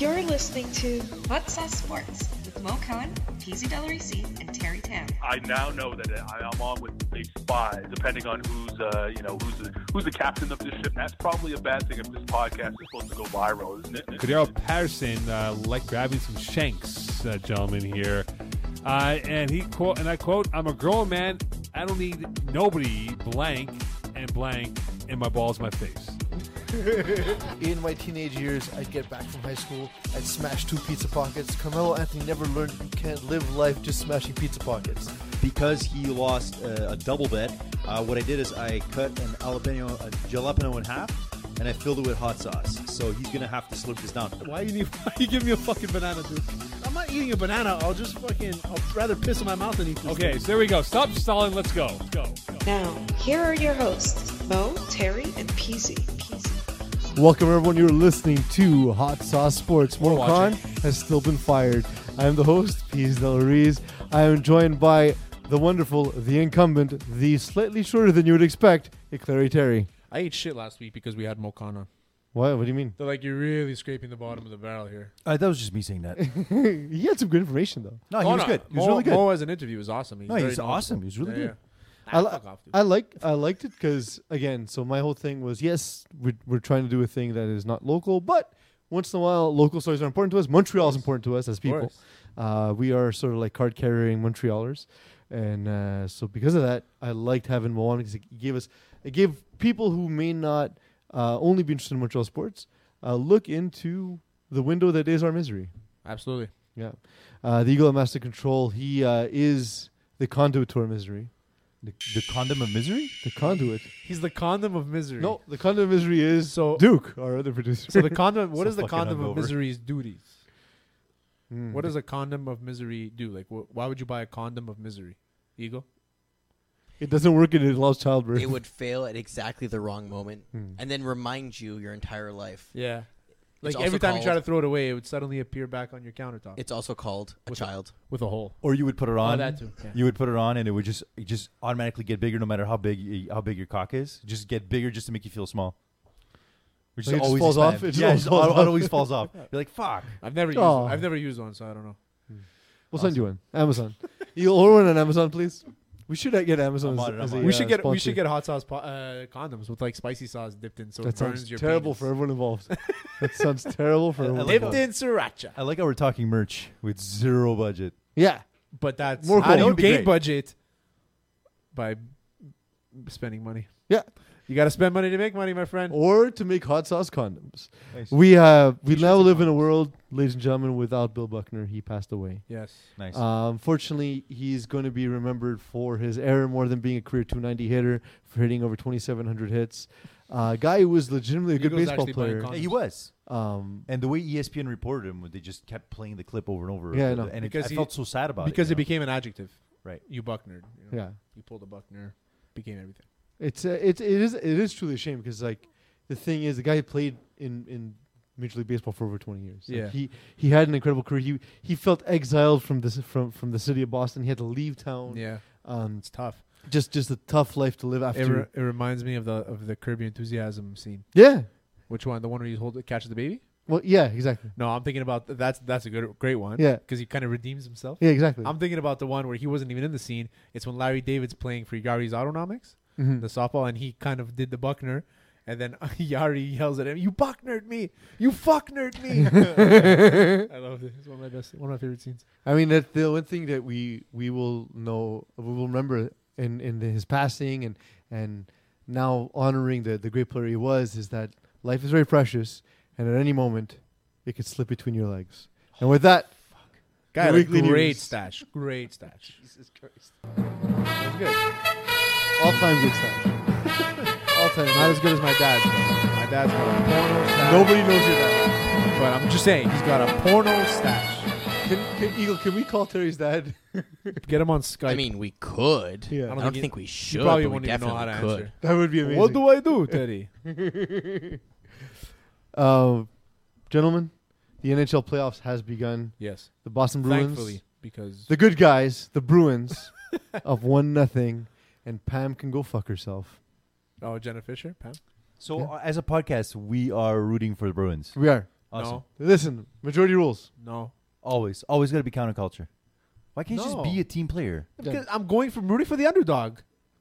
You're listening to What's Sauce Sports with Mo Cohen, PZ Del Risi, and Terry Tam. I now know that I- I'm on with a spy. Depending on who's, uh, you know, who's the, who's the captain of this ship, that's probably a bad thing if this podcast is supposed to go viral, isn't it? Cordero Patterson uh, like grabbing some shanks, uh, gentleman here, uh, and he quote and I quote: "I'm a grown man. I don't need nobody blank and blank in my balls, my face." In my teenage years, I'd get back from high school, I'd smash two pizza pockets. Carmelo Anthony never learned you can't live life just smashing pizza pockets. because he lost uh, a double bet, uh, what I did is I cut an jalapeno, a jalapeno in half, and I filled it with hot sauce. So he's gonna have to slurp this down. Why you need? Why you give me a fucking banana, dude? I'm not eating a banana. I'll just fucking. I'll rather piss in my mouth than eat this. Okay, thing. so there we go. Stop stalling. Let's go. Let's go. Let's go. Now, here are your hosts, Mo, Terry, and PZ. Welcome, everyone. You're listening to Hot Sauce Sports. We're Mokan has still been fired. I'm the host, Piz Del Ruiz. I am joined by the wonderful, the incumbent, the slightly shorter than you would expect, Clary Terry. I ate shit last week because we had Mokana. What? What do you mean? They're like, you're really scraping the bottom of the barrel here. Uh, that was just me saying that. He had some good information, though. No, he Oh, was no, good. He was Mo- really good. Mo as an interview was awesome. He's No, he very was knowledgeable. awesome. He was really Yeah, good. I, Yeah. li- Ah, fuck off, dude. I like I liked it because again, so my whole thing was yes, we're, we're trying to do a thing that is not local, but once in a while, local stories are important to us. Montreal is important to us as people. course. Uh, we are sort of like card carrying Montrealers, and uh, so because of that, I liked having Mo on because it gave us it gave people who may not uh, only be interested in Montreal sports uh, look into the window that is our misery. Absolutely. Yeah. Uh, the Eagle at Master Control, he uh, is the conduit to our misery. The, the condom of misery. The conduit. He's the condom of misery. No, the condom of misery is So- Duke, our other producer. So the condom. What So is the fucking condom hungover. of misery's duties? Mm. What does a condom of misery do? Like, wh- why would you buy a condom of misery, Eagle? it doesn't work and it allows childbirth. it would fail at exactly the wrong moment Hmm. and then remind you your entire life. Yeah. Like also every time you try to called- throw it away, it would suddenly appear back on your countertop It's also called a child. with a hole. Or you would put it on. that too, yeah. You would put it on, and it would just it just automatically get bigger, no matter how big y- how big your cock is. Just get bigger, just to make you feel small. Which Like it is just always falls off? expands. It just yeah, always it just falls al- off. always falls off. You're like, fuck. I've never used. Oh. I've never used one, so I don't know. Hmm. We'll send you one. Amazon. You'll order one on Amazon, please. We should uh, get Amazon. I'm on As, it, I'm as on a, it. we uh, should get. We sponsor. should get hot sauce po- uh, condoms with like spicy sauce dipped in, so That it burns sounds your terrible penis. for everyone involved. that sounds terrible for everyone. like Dipped involved. that. in sriracha. I like how we're talking merch with zero budget. Yeah. But that's More how gold. That do you would be gain great. budget by spending money. Yeah. You got to spend money to make money, my friend. Or to make hot sauce condoms. Nice. We have we now live in a world, ladies and gentlemen, without Bill Buckner. He passed away. Yes. Nice. Uh, unfortunately, he's going to be remembered for his error more than being a career 290 hitter, for hitting over 2,700 hits. Uh, guy who was legitimately a good Eagles baseball actually playing player. con- Yeah, he was. Um, And the way E ESPN reported him, they just kept playing the clip over and over. Yeah, I know. and Because it, I he- felt so sad about Because it. it became an adjective. Right. You bucknered. You know? yeah, You pulled a buckner. Became everything. it's uh, it's it is it is truly a shame because like the thing is, the guy played in in Major League Baseball for over 20 years. Like, Yeah. he he had an incredible career. He he felt exiled from this from from the city of Boston. He had to leave town. Yeah. Um, It's tough. just just a tough life to live after. It, re- it reminds me of the of the Kirby enthusiasm scene. yeah. Which one? The one where he hold catches the baby? Well, yeah, exactly. No, I'm thinking about th- that's that's a good great one. Yeah. Because he kind of redeems himself. Yeah, exactly. I'm thinking about the one where he wasn't even in the scene. It's when Larry David's playing for Yari's Autonomics. Mhm. the softball, and he kind of did the Buckner. And then Yari yells at him, "You Bucknered me! You fucknered me!" I love it. It's one of my best, one of my favorite scenes. I mean, that's the one thing that we we will know, we will remember in in his passing, and and now honoring the the great player he was, is that life is very precious, and at any moment, it could slip between your legs. And with that, The Guy, had a weekly great news. stash, great stash. all time good stuff. all time, Not as good as my dad's. though. My dad's got a porno stash. Nobody knows your dad. but I'm just saying he's got a porno stash. Can, can, Eagle, can we call Terry's dad? Get him on Skype. I mean, we could. Yeah. I don't, I don't think think, we should. probably but we won't even know definitely how to could. answer. That would be amazing. what do I do, Teddy? uh, gentlemen, the NHL playoffs has begun. yes, The Boston Bruins. thankfully, because the good guys, the Bruins, of one nothing, and Pam can go fuck herself. oh Jenna Fisher, Pam. so uh, as a podcast, we are rooting for the Bruins. We are. Awesome. No. Listen, majority rules. No. Always, always got to be counterculture. Why can't you No. just be a team player? Because I'm going from rooting for the underdog.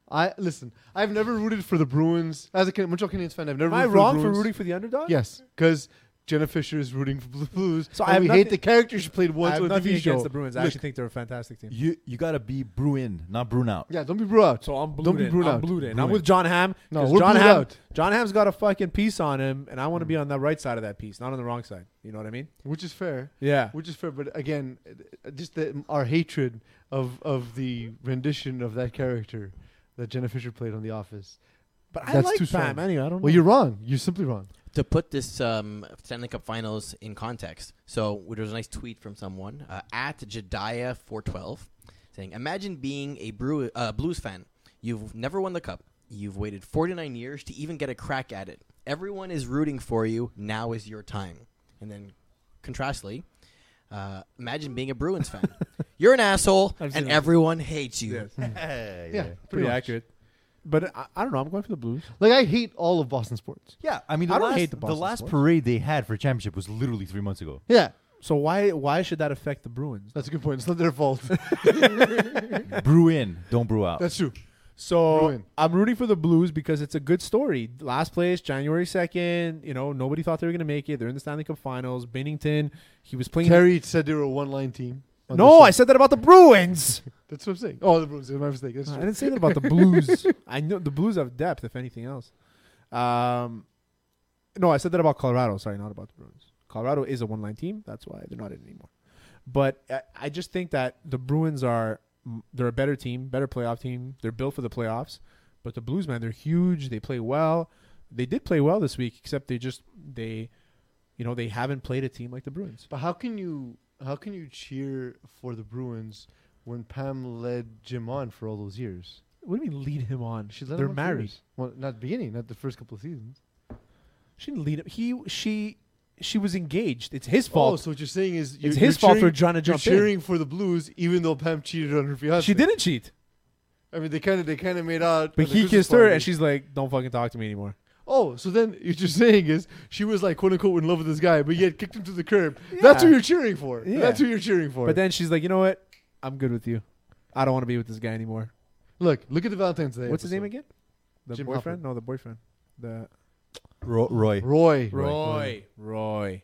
I listen. I've never rooted for the Bruins as a Can- Montreal Canadiens fan. I've never. Am I rooted for the wrong for Bruins. rooting for the underdog? Yes, because Jenna Fisher is rooting for the Blues. So So I I have we nothing- hate the character she played I once have on a nothing TV show. against the Bruins. I Look, actually think they're a fantastic team. You you got to be Bruin, not Brunout. yeah, don't be Bruin. So I'm Don't be blued in. Bruin I'm out. blued in. I'm Bruin. with John Ham. No, 'cause we're John blued Hamm- out. John Ham's got a fucking piece on him, and I want to be on the right side of that piece, not on the wrong side. You know what I mean? which is fair. Yeah. Which is fair, but again, uh, just the, our hatred of of the rendition of that character that Jenna Fisher played on The Office. But I That's like too Pam strong. anyway. I don't. Well, know. you're wrong. You're simply wrong. to put this um, Stanley Cup Finals in context, so there was a nice tweet from someone uh, at Jediah four twelve, saying, "Imagine being a Bru- uh, Blues fan. You've never won the cup. You've waited forty nine years to even get a crack at it. Everyone is rooting for you. Now is your time." And then, contrastly, uh, imagine being a Bruins fan. You're an asshole, and everyone hates you. Yes. Yeah, Yeah, Mm, pretty much. accurate. But I, I don't know. I'm going for the Blues. Like I hate all of Boston sports. Yeah, I mean, the I don't last, hate the the Boston last Sports. parade they had for championship was literally three months ago. Yeah, So why why should that affect the Bruins? that's a good point. It's not their fault. brew in, don't brew out. that's true. So Bruin. I'm rooting for the Blues because it's a good story. Last place, January second. You know, nobody thought they were going to make it. They're in the Stanley Cup Finals. Bennington, he was playing. Terry said they were a one-line team. on the no, I show. said that about the Bruins. that's what I'm saying. Oh, the Bruins. My mistake. That's I true. didn't say that about the Blues. I know the Blues have depth, if anything else. Um, no, I said that about Colorado. Sorry, not about the Bruins. Colorado is a one-line team. That's why they're not in anymore. But I, I just think that the Bruins are they're a better team, better playoff team. They're built for the playoffs. But the Blues, man, they're huge. They play well. They did play well this week, except they just they, you know, they haven't played a team like the Bruins. But how can you how can you cheer for the Bruins when Pam led Jim on for all those years? What do you mean lead him on? She led they're him on for married. years. Well, not the beginning, not the first couple of seasons. She didn't lead him. He she she was engaged. It's his fault. Oh, so what you're saying is you're, it's you're his fault cheering- for trying to you're jump cheering for the Blues, even though Pam cheated on her in. fiance. She didn't cheat, I mean, they kind of they kind of made out. but at the he Christmas kissed her, party. and she's like, "Don't fucking talk to me anymore." Oh, so then what you're saying is she was like quote unquote in love with this guy, but yet kicked him to the curb. That's who Yeah. you're cheering for. Yeah. That's who you're cheering for. But then she's like, "You know what? I'm good with you. I don't want to be with this guy anymore." look, look at the Valentine's Day. What's his name episode. again? The Jim boyfriend? Hopper. No, the boyfriend. The Ro- Roy, do Roy. Roy. Roy.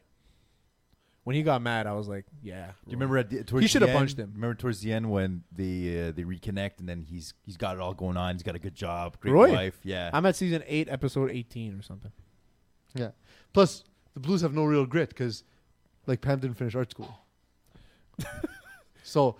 When he got mad, I was like, "Yeah." you remember at the, towards He should the have end- punched him. Remember towards the end when they uh, they reconnect and then he's he's got it all going on. He's got a good job, great Roy. life. Yeah, I'm at season eight, episode eighteen or something. Yeah. Plus, the Blues have no real grit because, like, Pam didn't finish art school. so,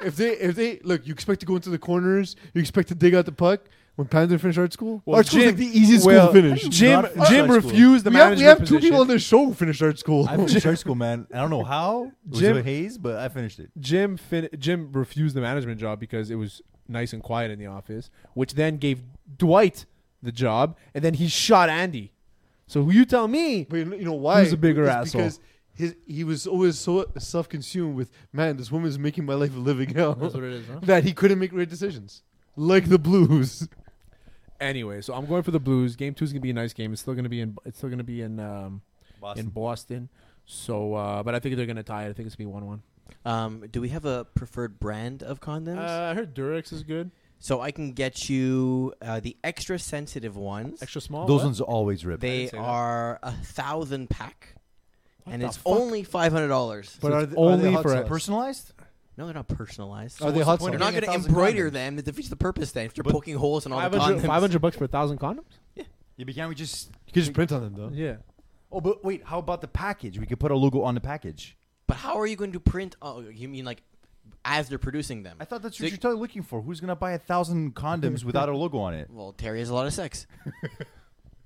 if they if they look, you expect to go into the corners, you expect to dig out the puck when Pam didn't finish art school. Well, art school's Jim- like the easiest well, school to finish. Jim not finish Jim high school? refused the we have, management we have two position. people on this show who finished art school. I finished high school, man. I don't know how. It was Jim- a haze, but I finished it. Jim fin- Jim refused the management job because it was nice and quiet in the office, which then gave Dwight the job, and then he shot Andy. So you tell me. But you know- you know why? Who's a bigger It's asshole? Because his, he was always so self-consumed with, man, this woman's making my life a living hell. That's what it is, That he couldn't make great decisions, like the Blues. Anyway, so I'm going for the Blues. Game two is gonna be a nice game. It's still gonna be in. It's still gonna be in um, in Boston. Boston. So, uh, but I think they're gonna tie it. I think it's gonna be one-one. Um, do we have a preferred brand of condoms? Uh, I heard Durex is good. So I can get you uh, the extra sensitive ones. Extra small. Those ones always rip. they say that. are a thousand pack, and the it's fuck? only five hundred dollars. But are they, only are they hot for a sauce? personalized. No, they're not personalized. Are they what's hot the point sauce? They're of not going being to a thousand embroider condoms? them. It defeats the purpose then. If you're But poking holes in all the 500, condoms. 500 bucks for a thousand condoms. Yeah, but can't we just? You could just print on them though. Yeah. Oh, but wait. How about the package? We could put a logo on the package. But how are you going to print? Oh, you mean like as they're producing them? I thought that's So you- what you're totally looking for. Who's gonna buy a thousand condoms without a logo on it? Well, Terry has a lot of sex.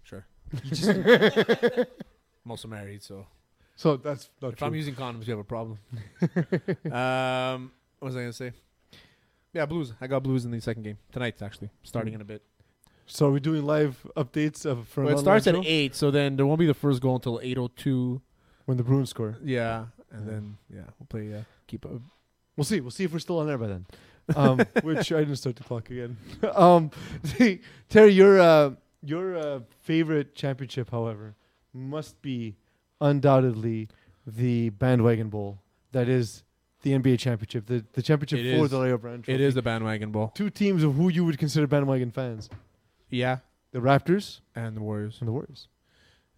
Sure. You just I'm also married, so So that's not If I'm true. using condoms, you have a problem. um, what was I gonna say? Yeah, Blues. I got Blues in the second game tonight. Actually, starting in a bit. So are we doing live updates of for Well, an it starts at online show? eight, so then there won't be the first goal until eight oh two. when the Bruins score. Yeah, and then yeah, we'll play. Uh, keep up. We'll see. We'll see if we're still on air by then. Um, which I didn't start the clock again. um, see, Terry, your uh, your uh, favorite championship, however, must be undoubtedly the bandwagon bowl that is the NBA championship, the, the championship It for is. the Larry O'Brien It Trophy. is the bandwagon ball. Two teams of who you would consider bandwagon fans Yeah, the Raptors and the Warriors. and the Warriors.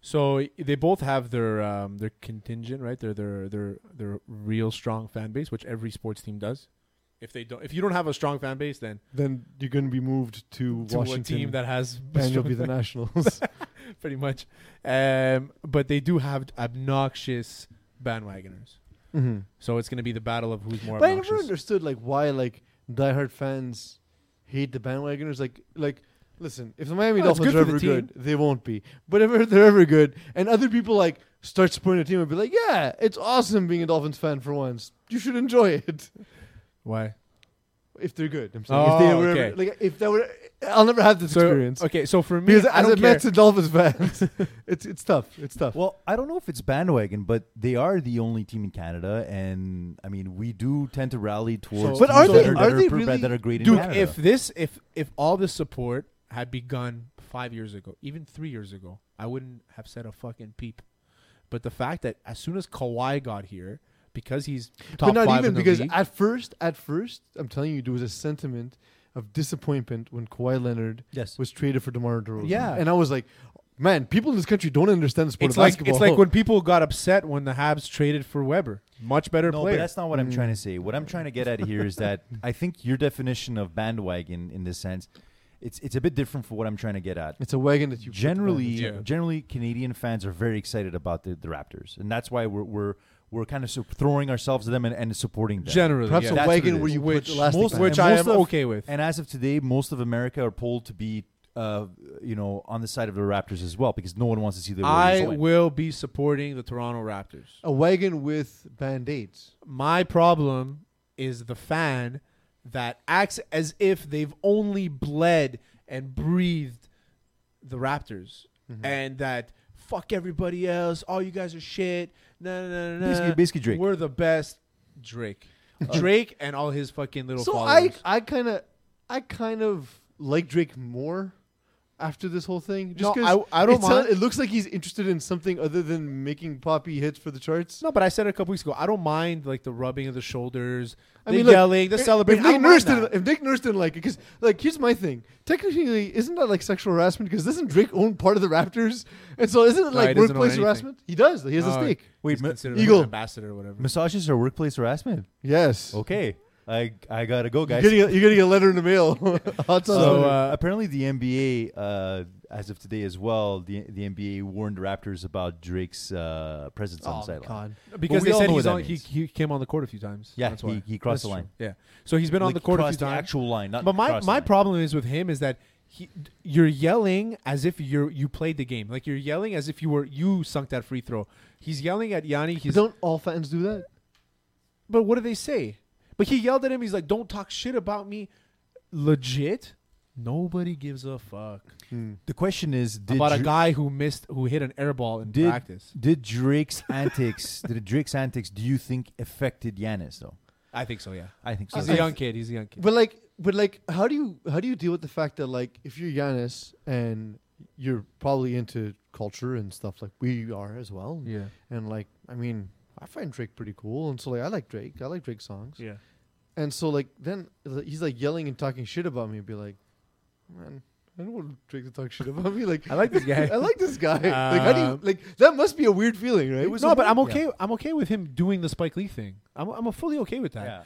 So y- they both have their um, their contingent, right? Their their their their real strong fan base, which every sports team does. If they don't, if you don't have a strong fan base, then Then you're going to be moved to, to Washington. a team that has and you'll strong be the fan- Nationals. pretty much. Um, but they do have obnoxious bandwagoners, mm-hmm. so it's going to be the battle of who's more But I never obnoxious. understood like why like diehard fans hate the bandwagoners. Like like listen, if the Miami Well, it's Dolphins good are for ever the good, they won't be. But if they're ever good, and other people like start supporting a team and be like, yeah, it's awesome being a Dolphins fan for once. You should enjoy it Why? if they're good. I'm saying if they Oh, were okay. ever, like if that were, I'll never have this So experience. okay, so for me, Because I as don't a care. Mets and Dolphins fan, it's it's tough. It's tough. Well, I don't know if it's bandwagon, but they are the only team in Canada, and I mean, we do tend to rally towards. But are teams they- that are, are that they are, pre- really- that are great in Dude, Canada? if this, if if all this support had begun five years ago, even three years ago, I wouldn't have said a fucking peep. But the fact that as soon as Kawhi got here, because he's top but not five even in the because league, at first, at first, I'm telling you, there was a sentiment of disappointment when Kawhi Leonard Yes. was traded for DeMar DeRozan. Yeah. and I was like, man, people in this country don't understand the sport it's of like basketball. it's like when people got upset when the Habs traded for Weber, much better no, player. but that's not what I'm trying to say. What I'm trying to get at here is that I think your definition of bandwagon in this sense, it's it's a bit different from what I'm trying to get at. it's a wagon that you put generally together. Yeah. generally Canadian fans are very excited about the, the Raptors, and that's why we're we're we're kind of su- throwing ourselves to them and, and supporting them. Generally, perhaps yeah. a That's what wagon it where is. you Which- put elastic most- band. which and I most am okay with. And as of today, most of America are polled to be, uh, you know, on the side of the Raptors as well, because no one wants to see the Warriors I win. will be supporting the Toronto Raptors. a wagon with band aids. My problem is the fan that acts as if they've only bled and breathed the Raptors and that fuck everybody else. All you guys are shit. No, no, no, no. Basically- basically Drake. We're the best. Drake. Drake and all his fucking little So I, followers. I kind of, I kind of like Drake more after this whole thing. Just No, 'cause I- I don't it's not- mind. It looks like he's interested in something other than making poppy hits for the charts. no, but I said it a couple weeks ago. I don't mind like the rubbing of the shoulders, I the mean, look, yelling, the if- celebrating. If I Nick, don't mind Nurse didn't, that. if Nick Nurse didn't like it, because like here's my thing. Technically, isn't that like sexual harassment? Because doesn't Drake own part of the Raptors? And so isn't it No, he like doesn't own workplace anything. harassment? He does. He has Oh, a stake. Wait, He's ma- considered Eagle. an ambassador or whatever. massages are workplace harassment. Yes. Okay, I I gotta go, You're guys. getting, a, you're getting a letter in the mail. Hot sauce So letter. uh, apparently, the NBA, uh, as of today as well, the the NBA warned Raptors about Drake's uh, presence on the sideline. Oh, because But we they all said know he's what that on, he, means. he came on the court a few times. Yeah, that's he- why. he crossed That's the true. line. Yeah, so he's been on Like, the court a few crossed the times. actual line, not but my crossed my line. problem is with him is that he you're yelling as if you're you played the game. Like you're yelling as if you were you sunk that free throw. He's yelling at Yanni. But He's don't all fans do that? but what do they say? But he yelled at him. He's like, "Don't talk shit about me." Legit, nobody gives a fuck The question is, did about a Dra- guy who missed who hit an air ball in did, practice. did Drake's antics? Did Drake's antics? Do you think affected Giannis though? I think so. Yeah, I think so. he's I- a young kid. He's a young kid. But like, but like, how do you how do you deal with the fact that like if you're Giannis and you're probably into culture and stuff like we are as well. Yeah. And like, I mean, I find Drake pretty cool, and so like, I like Drake. I like Drake's songs. Yeah. And so like, then he's like yelling and talking shit about me, and be like, man. I don't want Drake to talk shit about me. Like I like this guy. I like this guy. like how do you Um, like that must be a weird feeling, right? no, but I'm okay. I'm okay with him doing the Spike Lee thing. I'm I'm fully okay with that. Yeah.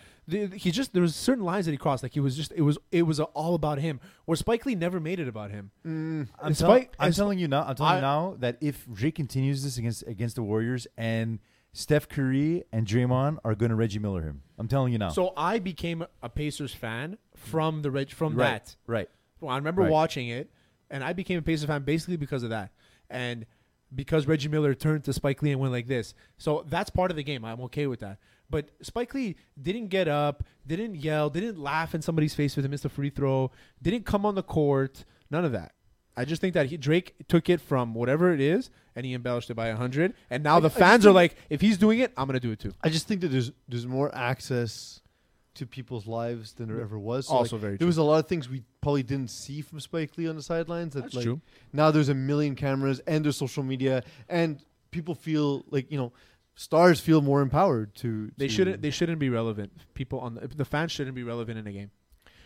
The- he just there was certain lines that he crossed. Like he was just it was it was all about him. Where Spike Lee never made it about him. I'm, It's tell- quite- I'm it's- telling you now. I'm telling I- you now that if Drake continues this against against the Warriors and Steph Curry and Draymond are going to Reggie Miller him. I'm telling you now. So I became a Pacers fan from the Reg from right, that. right. Well, I remember Right. watching it, and I became a Pacers fan basically because of that, and because Reggie Miller turned to Spike Lee and went like this. So that's part of the game. I'm okay with that. But Spike Lee didn't get up, didn't yell, didn't laugh in somebody's face with a missed a free throw, didn't come on the court, none of that. I just think that he, Drake took it from whatever it is, and he embellished it by hundred. And now the I just fans are think- like, if he's doing it, I'm gonna do it too. I just think that there's there's more access to people's lives than there ever was. So Mm-hmm. Also like, very There true. was a lot of things we probably didn't see from Spike Lee on the sidelines. That That's like true. now there's a million cameras and there's social media and people feel like you know stars feel more empowered to. They to- shouldn't. They shouldn't be relevant. People on the, the fans shouldn't be relevant in a game.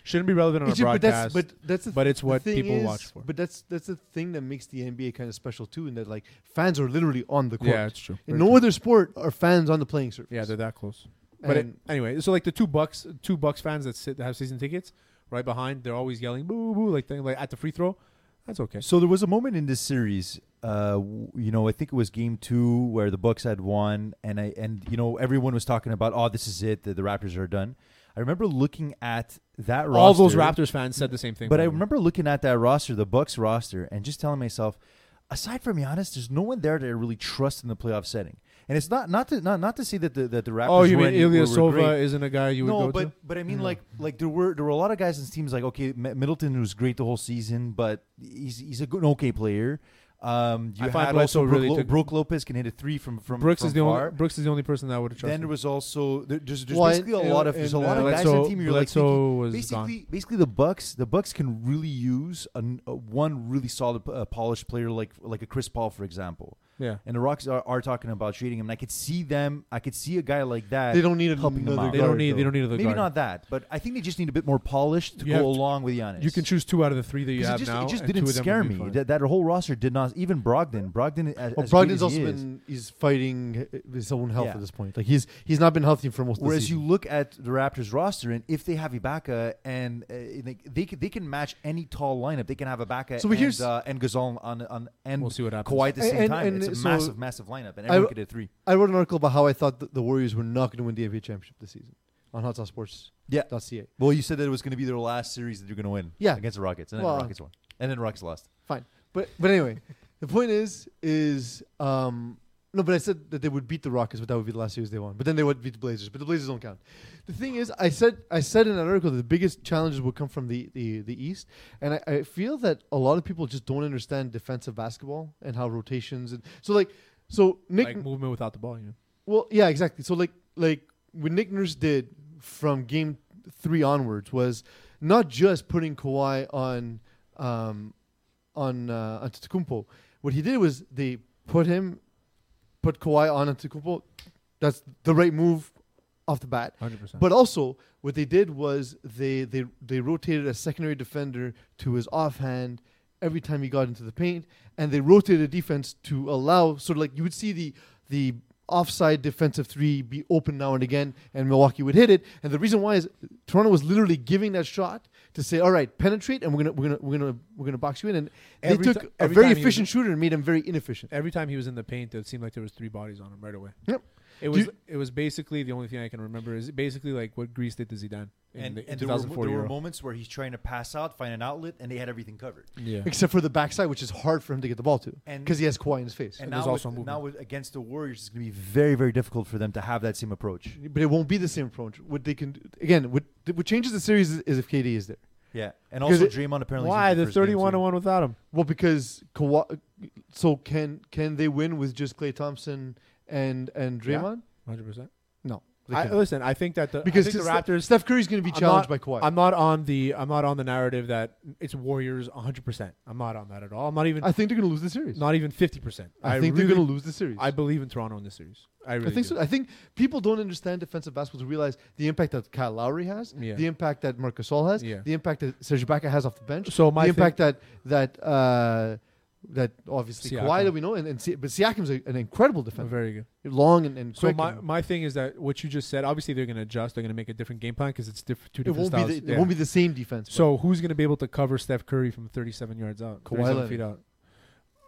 Shouldn't be relevant on It's a ju- but that's broadcast. but that's the but it's the what thing people is- watch for. But that's that's the thing that makes the NBA kind of special too, in that like fans are literally on the court. yeah, it's true. In Very no true. other sport are fans on the playing surface. Yeah, they're that close. But it, And- anyway, so like the two bucks, two bucks fans that sit that have season tickets, right behind, they're always yelling boo boo boo like thing like at the free throw. That's okay. So there was a moment in this series, uh, w- you know, I think it was Game Two where the Bucks had won, and I and you know everyone was talking about, oh, this is it, the, the Raptors are done. I remember looking at that roster, All those Raptors fans said the same thing. but by I the way. remember looking at that roster, the Bucks roster, and just telling myself, aside from Giannis, there's no one there that I really trust in the playoff setting. And it's not not to not, not to say that the that the Raptors. Oh, you were mean any- were- Ilya were Sova great isn't a guy you would no, go but to? but I mean, like like there were there were a lot of guys in teams like okay, M- Middleton was great the whole season, but he's he's a good an okay player. Um, you I find had Bledsoe also Brook, really Lo- took- Brook Lopez can hit a three from from Brooks from is the far. only Brooks is the only person that I would trust. Then there was also there- there's, there's Well, basically and- a lot of there's a and, lot uh, of guys in Bledsoe- the team. You're like Bledsoe thinking, was basically basically the Bucks the Bucks can really use an, a, one really solid uh, polished player like like a Chris Paul for example. yeah. And the Rocks are, are talking about trading him. And I could see them. I could see a guy like that. They don't need helping them another out. They guard, don't need. though. They don't need another Maybe guard. not that, but I think they just need a bit more polish to You go have to- along with Giannis. You can choose two out of the three that you 'Cause have it just, now. it just and didn't two of them scare would be me. fine. That, that whole roster did not. Even Brogdon. Brogdon. As, Well, as great Brogdon's as he also is, been he's fighting uh, his own health Yeah. at this point. Like he's he's not been healthy for most. of the Whereas season. you look at the Raptors roster, and if they have Ibaka, and uh, they, they can they can match any tall lineup. They can have Ibaka So and here's- uh, and Gasol on on and We'll see what happens. Kawhi at the same And- time. and it's a so- massive massive lineup, and I- everyone could hit three. I wrote an article about how I thought th- the Warriors were not going to win the NBA championship this season on HotSauceSports.ca. Yeah. Well, you said that it was going to be their last series that you're going to win. Yeah. Against the Rockets, and then Well, the Rockets won, and then the Rockets lost. Fine, but but anyway, the point is is um no, but I said that they would beat the Rockets, but that would be the last series they won. But then they would beat the Blazers, but the Blazers don't count. The thing is, I said I said in that article that the biggest challenges would come from the the, the East, and I, I feel that a lot of people just don't understand defensive basketball and how rotations and so like so Nick like movement without the ball. You know. Well, yeah, exactly. So like like what Nick Nurse did from game three onwards was not just putting Kawhi on um on uh Antetokounmpo. What he did was they put him put Kawhi on Antetokounmpo. That's the right move off the bat. Hundred percent. But also, what they did was they they they rotated a secondary defender to his offhand every time he got into the paint, and they rotated a defense to allow sort of like you would see the the offside defensive three be open now and again, and Milwaukee would hit it. And the reason why is Toronto was literally giving that shot to say, "All right, penetrate, and we're gonna we're gonna we're gonna we're gonna box you in." And they Every took ti- a every very time he was- efficient shooter and made him very inefficient. Every time he was in the paint, it seemed like there was three bodies on him right away. Yep. It was. you- it was basically the only thing I can remember is basically like what Greece did to Zidane in, and, the, in and there, were, 2004 there were Euro. moments where he's trying to pass out, find an outlet, and they had everything covered. yeah. Except for the backside, which is hard for him to get the ball to, And- because he has Kawhi in his face. And, there's now, also with, movement. now with, against the Warriors, it's going to be very, very difficult for them to have that same approach. but it won't be the same approach. What they can again, what what changes the series is, is if KD is there. Yeah, and Because also it- Draymond apparently. Why is in the first game, 31 too. to one without him? Well, because Kawhi, so can can they win with just Clay Thompson and and Yeah. Draymond? 100. percent No, they I, can't. Listen, I think that the because because the Steph- Raptors. Steph Curry's going to be I'm challenged not- by Kawhi. I'm not on the I'm not on the narrative that it's Warriors 100. percent I'm not on that at all. I'm not even i think they're going to lose the series. not even 50. percent I, think they're going to lose the series. I believe in Toronto in this series. I really I think do. so. I think people don't understand defensive basketball to realize the impact that Kyle Lowry has, Yeah. the impact that Marc Gasol has, Yeah. the impact that Serge Ibaka has off the bench, So my the thi- impact that that uh, that obviously Kawhi Siakam. that we know, and, and Si- but Siakam's a, an incredible defender, Very good. long and, and So quick. my, and my thing is that what you just said. Obviously, they're going to adjust. They're going to make a different game plan because it's diff- two it won't different styles. be the, Yeah. it won't be the same defense. but So who's going to be able to cover Steph Curry from 37 yards out, Kawhi 37 Leonard. feet out?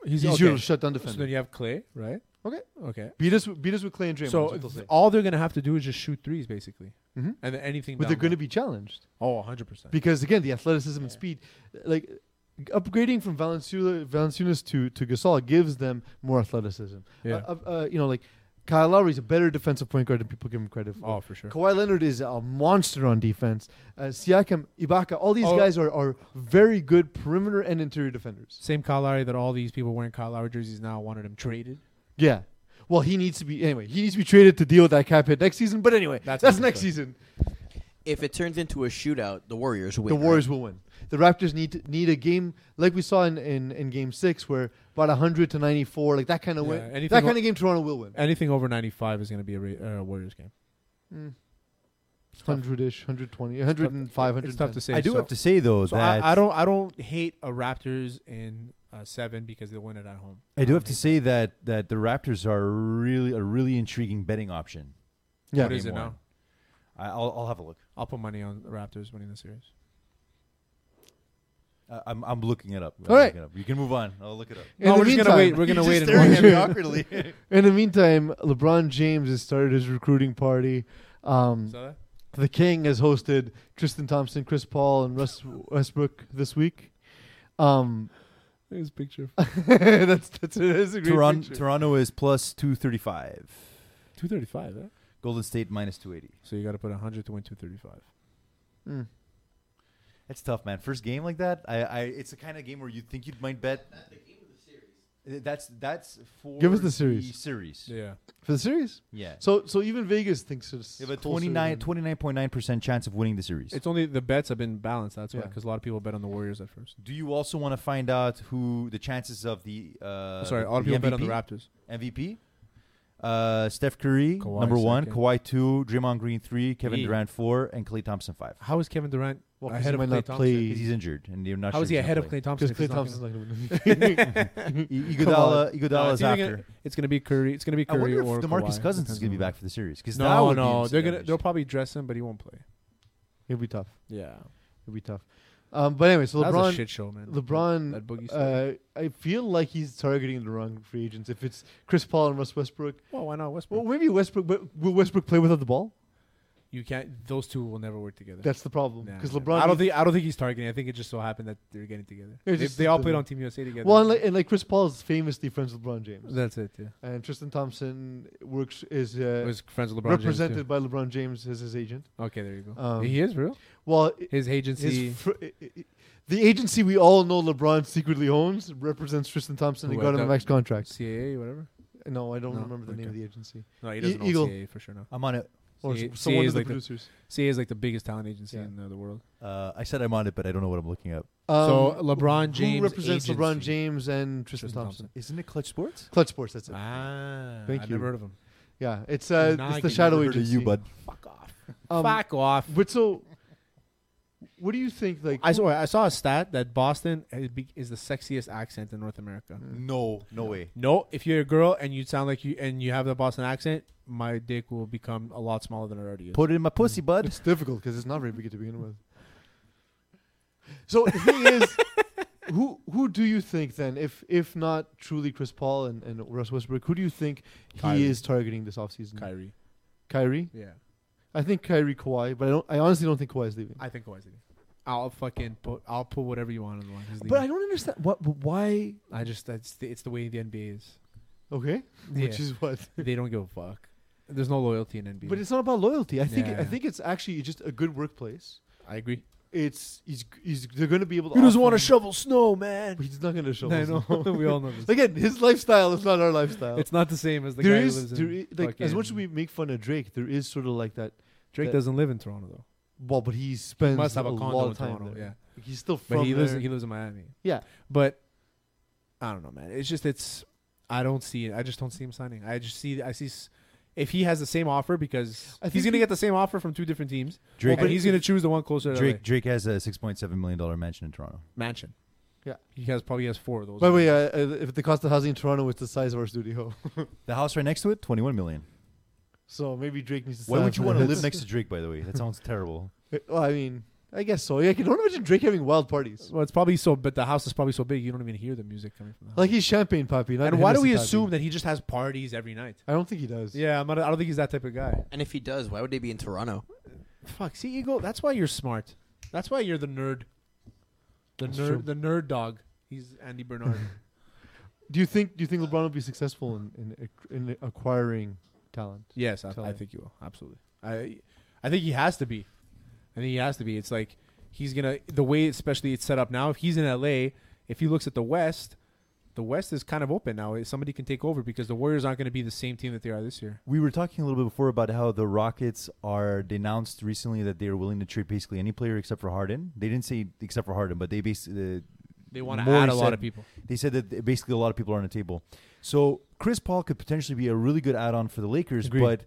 he's okay. your shutdown So defender. then you have Clay, right? Okay. Okay. beat us beat us with Clay and Draymond. so is what they'll say. th- all they're going to have to do is just shoot threes, basically, Mhm. and then anything. but they're going to be challenged Oh, 100 percent. because again the athleticism and speed, like. Upgrading from Valanciunas, Valanciunas to, to Gasol gives them more athleticism. Yeah. Uh, uh, uh, you know, like Kyle Lowry's a better defensive point guard than people give him credit for. oh, for sure. Kawhi Leonard is a monster on defense. Uh, Siakam, Ibaka, all these Oh. guys are, are very good perimeter and interior defenders. Same Kyle Lowry that all these people wearing Kyle Lowry jerseys now wanted him traded. Yeah. Well, he needs to be anyway. He needs to be traded to deal with that cap hit next season. But anyway, That's that's, another next story. season. If it turns into a shootout, the Warriors win. The right? Warriors will win. The Raptors need need a game like we saw in, in, in Game Six, where about hundred to ninety four, like that kind of Yeah, win. anything That o- kind of game, Toronto will win. Anything over 95 is going to be a Ra- uh, Warriors game. Hundred ish, 120, 105, It's tough to 110. say. I do so- have to say though So that I, I don't. I don't hate a Raptors in uh, seven because they win it at home. I do have to say that that the Raptors are really a really intriguing betting option. Yeah. What is it Game now? one. I, I'll I'll have a look. I'll put money on the Raptors winning the series. I, I'm I'm looking it up. I'm All right. looking it up. you can move on. I'll look it up. In no, the we're just gonna meantime- wait. We're gonna wait and staring watch. at me awkwardly. In the meantime, LeBron James has started his recruiting party. Um, Saw that? The King has hosted Tristan Thompson, Chris Paul, and Russ Westbrook this week. Um, His picture. that's that's, it is a great Toronto picture. Toronto is plus two thirty five. Two thirty-five. Eh? Golden State minus two eighty. So you got to put hundred to win two thirty-five. Mm. That's tough, man. First game like that, I, I it's the kind of game where you think you might bet. Uh, That's that's for Give us the series. series. Yeah. Yeah. for the series. Yeah. So so even Vegas thinks it's You have a closer 29 than- 29.9% chance of winning the series. It's only the bets have been balanced. That's why, Yeah. because a lot of people bet on the Warriors at first. Do you also want to find out who the chances of the uh Oh, Sorry, a lot of the people bet on the MVP? Raptors. MVP? Uh, Steph Curry, Kawhi number one. second. Kawhi two. Draymond Green three. Kevin Yeah. Durant four. And Klay Thompson five. How is Kevin Durant Well, 'cause ahead he of might Klay not Thompson? play He's injured, and you're not How sure is he if he's ahead gonna of play. Klay Thompson? because if he's Clay not gonna- Thompson's not going to win. I- Come on. Iguodala, No, Iguodala's it's either after. gonna- It's going to be Curry. It's going to be I Curry wonder if or DeMarcus Kawhi. Cousins is going Depends on to be who- back for the series because No, no, they're gonna they'll probably dress him, but he won't play. It'll be tough. Yeah, It'll be tough. Um, but anyway, so that was a LeBron. shit show, man. LeBron, that boogie. Uh, stuff. I feel like he's targeting the wrong free agents. If it's Chris Paul and Russ Westbrook, well, why not Westbrook? well, maybe Westbrook. but Will Westbrook play without the ball? you can't. Those two will never work together. That's the problem. Nah, Because nah. LeBron. I don't think I don't think he's targeting. I think it just so happened that they're getting together. It's They, just they all the- played on Team USA together. Well, and like, and like Chris Paul is famously friends with LeBron James, that's it. Yeah, and Tristan Thompson works is uh, was friends with LeBron. James, too. represented by LeBron James as his agent. Okay, there you go. Um, he is real. Well, i- His agency. his fr- i- i- the agency we all know LeBron secretly owns represents Tristan Thompson and Who, got uh, him a max contract. CAA, whatever. No, I don't No, remember the name of okay. the agency No, he E- doesn't Eagle. own CAA for sure. No, I'm on it. or CAA s- someone is of the like the- producers. CAA is like the biggest talent agency Yeah. in uh, the world. Uh, I said I'm on it, but I don't know what I'm looking up. so Um, LeBron James who represents LeBron agency. James and Tristan, Tristan Thompson. Isn't it Clutch Sports? Clutch Sports. That's it. Ah, Thank I've you. never heard of him. yeah, it's uh, Now I it's the can shadow Heard of agency. you, bud. Fuck off. Um, Fuck off. But so, what do you think? Like, I saw I saw a stat that Boston is be- is the sexiest accent in North America. Mm. No, no way. No, if you're a girl and you sound like you and you have the Boston accent, my dick will become a lot smaller than it already is. Put it in my pussy, bud. It's difficult because it's not very big to begin with. So the thing is, who who do you think then, if if not truly Chris Paul and, and Russ Westbrook, who do you think Kyrie. he is targeting this offseason? Kyrie. Kyrie? Yeah, I think Kyrie Kawhi, but I don't. I honestly don't think Kawhi is leaving. I think Kawhi's leaving. I'll fucking put I'll put whatever you want on the line. He's but I leaving. don't understand what why. I, just that's the, it's the way the NBA is. Okay, which Yeah. is what. they don't give a fuck. There's no loyalty in NBA. But it's not about loyalty. I think Yeah, I yeah. think it's actually just a good workplace. I agree. It's he's, he's they're going to be able to. Who doesn't offer want to him- shovel snow, man? He's not going to show. I know. we all know this. Again, his lifestyle is not our lifestyle. it's not the same as the There guy is, who lives there in. i- like as much as fucking- we make fun of Drake, there is sort of like that. Drake that- doesn't live in Toronto though. Well, but he spends must have a, a condo lot in of time Toronto, there. yeah. Like, he's still from But he there. lives he lives in Miami. Yeah. But I don't know, man. It's just it's I don't see it. I just don't see him signing. I just see I see s- if he has the same offer because I he's think going to he- get the same offer from two different teams. Drake, but he's going to choose the one closer to Drake. Drake, Drake has a six point seven million dollar mansion in Toronto. mansion. Yeah. He has probably has four of those. By the way, uh, uh, if the cost of housing in Toronto is the size of our studio, The house right next to it, twenty one million. so maybe Drake needs to. Why sign would you up. want to live next to Drake? By the way, that sounds terrible. well, I mean, I guess so. Yeah, I can don't imagine Drake having wild parties. well, it's probably so but the house is probably so big you don't even hear the music coming from the house. Like he's champagne poppy. Not and why do Hennessy we poppy. assume that he just has parties every night? I don't think he does. Yeah, I'm not, I don't think he's that type of guy. And if he does, why would they be in Toronto? Fuck, see, Eagle, that's why you're smart. That's why you're the nerd. The That's nerd true. the nerd dog. He's Andy Bernard. Do you think Do you think LeBron will be successful in in, in acquiring talent? yes, I, Tell I you. think he will. Absolutely. I I think he has to be. I think he has to be. It's like he's gonna the way especially it's set up now, if he's in LA, if he looks at the West, the West is kind of open now. Somebody can take over because the Warriors aren't going to be the same team that they are this year. We were talking a little bit before about how the Rockets are denounced recently that they are willing to trade basically any player except for Harden. They didn't say except for Harden, but they basically uh, They want to Morey add a lot said- of people. They said that th- basically a lot of people are on the table. So Chris Paul could potentially be a really good add-on for the Lakers, Agreed. but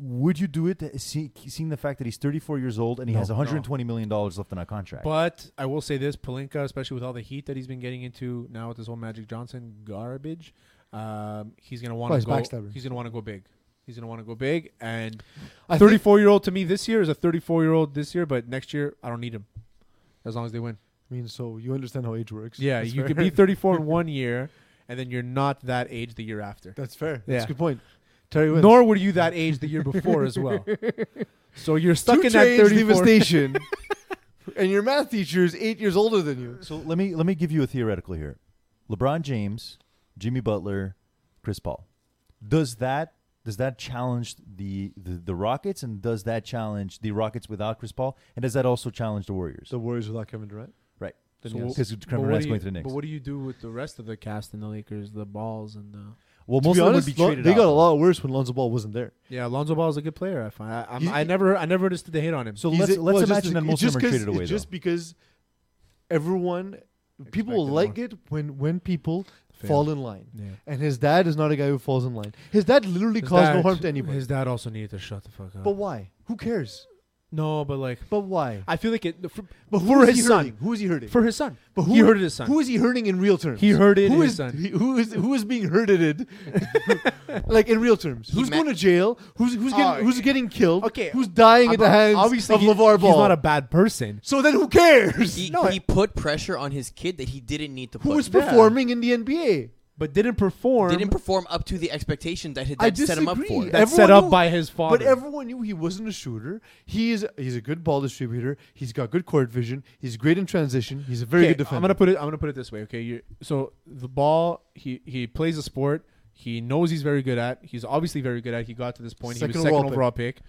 would you do it see, seeing the fact that he's 34 years old and he No. has 120 million dollars left on a contract? But I will say this: Palinka, especially with all the heat that he's been getting into now with this whole Magic Johnson garbage, um, he's going to want Well, to he's go. backstabbing. He's going to want to go big. He's going to want to go big. And I think- 34 year old to me this year is a 34 year old this year, but next year I don't need him as long as they win. I mean, so you understand how age works. Yeah, That's you fair. could be 34 in one year, and then you're not that age the year after. That's fair. Yeah. That's a good point. Terry wins. Nor were you that age the year before as well. So you're stuck Two in that trains leave a 34. station, and your math teacher is eight years older than you. so let me let me give you a theoretical here: LeBron James, Jimmy Butler, Chris Paul. Does that does that challenge the, the the Rockets and does that challenge the Rockets without Chris Paul and does that also challenge the Warriors? The Warriors without Kevin Durant. right. Then yes. Because But what Kevin Durant's do going you- to the Knicks. But what do you do with the rest of the cast in the Lakers, the Balls and the well, To most be of them would honest, be Lon- traded they out. got a lot worse when Lonzo Ball wasn't there. Yeah, Lonzo Ball is a good player. I find I, I'm, He's- I never I never understood the hate on him. So He's let's a- let's well, imagine just, that it's most of just them are 'cause- traded away. it's though. Just because everyone, people like Expected it when when people fall in line. Yeah. And his dad is not a guy who falls in line. His dad literally His caused no dad- harm to anybody. His dad also needed to shut the fuck up. but why? Who cares? no, but like But why? I feel like it for, But who for is his he son. hurting? Who is he hurting? for his son. but who, he hurted his son. Who is he hurting in real terms? He hurted who his is- son. he- who is who is being hurted? like in real terms, who's ma- going to jail? Who's who's getting Oh, who's getting killed? okay. who's dying at the hands of he- Levar Ball? He's not a bad person. so then who cares? He, No, he put pressure on his kid that he didn't need to put. who was performing in the NBA? But didn't perform. didn't perform up to the expectations that his I dad set him up for. disagree. that's Everyone set up knew- by his father. But everyone knew he wasn't a shooter. He is he's a good ball distributor. He's got good court vision. He's great in transition. He's a very Okay, good defender. I'm gonna put it. I'm gonna put it this way. Okay, you so the ball. He he plays a sport. He knows he's very good at. He's obviously very good at. He got to this point. he Second was second overall overall, pick.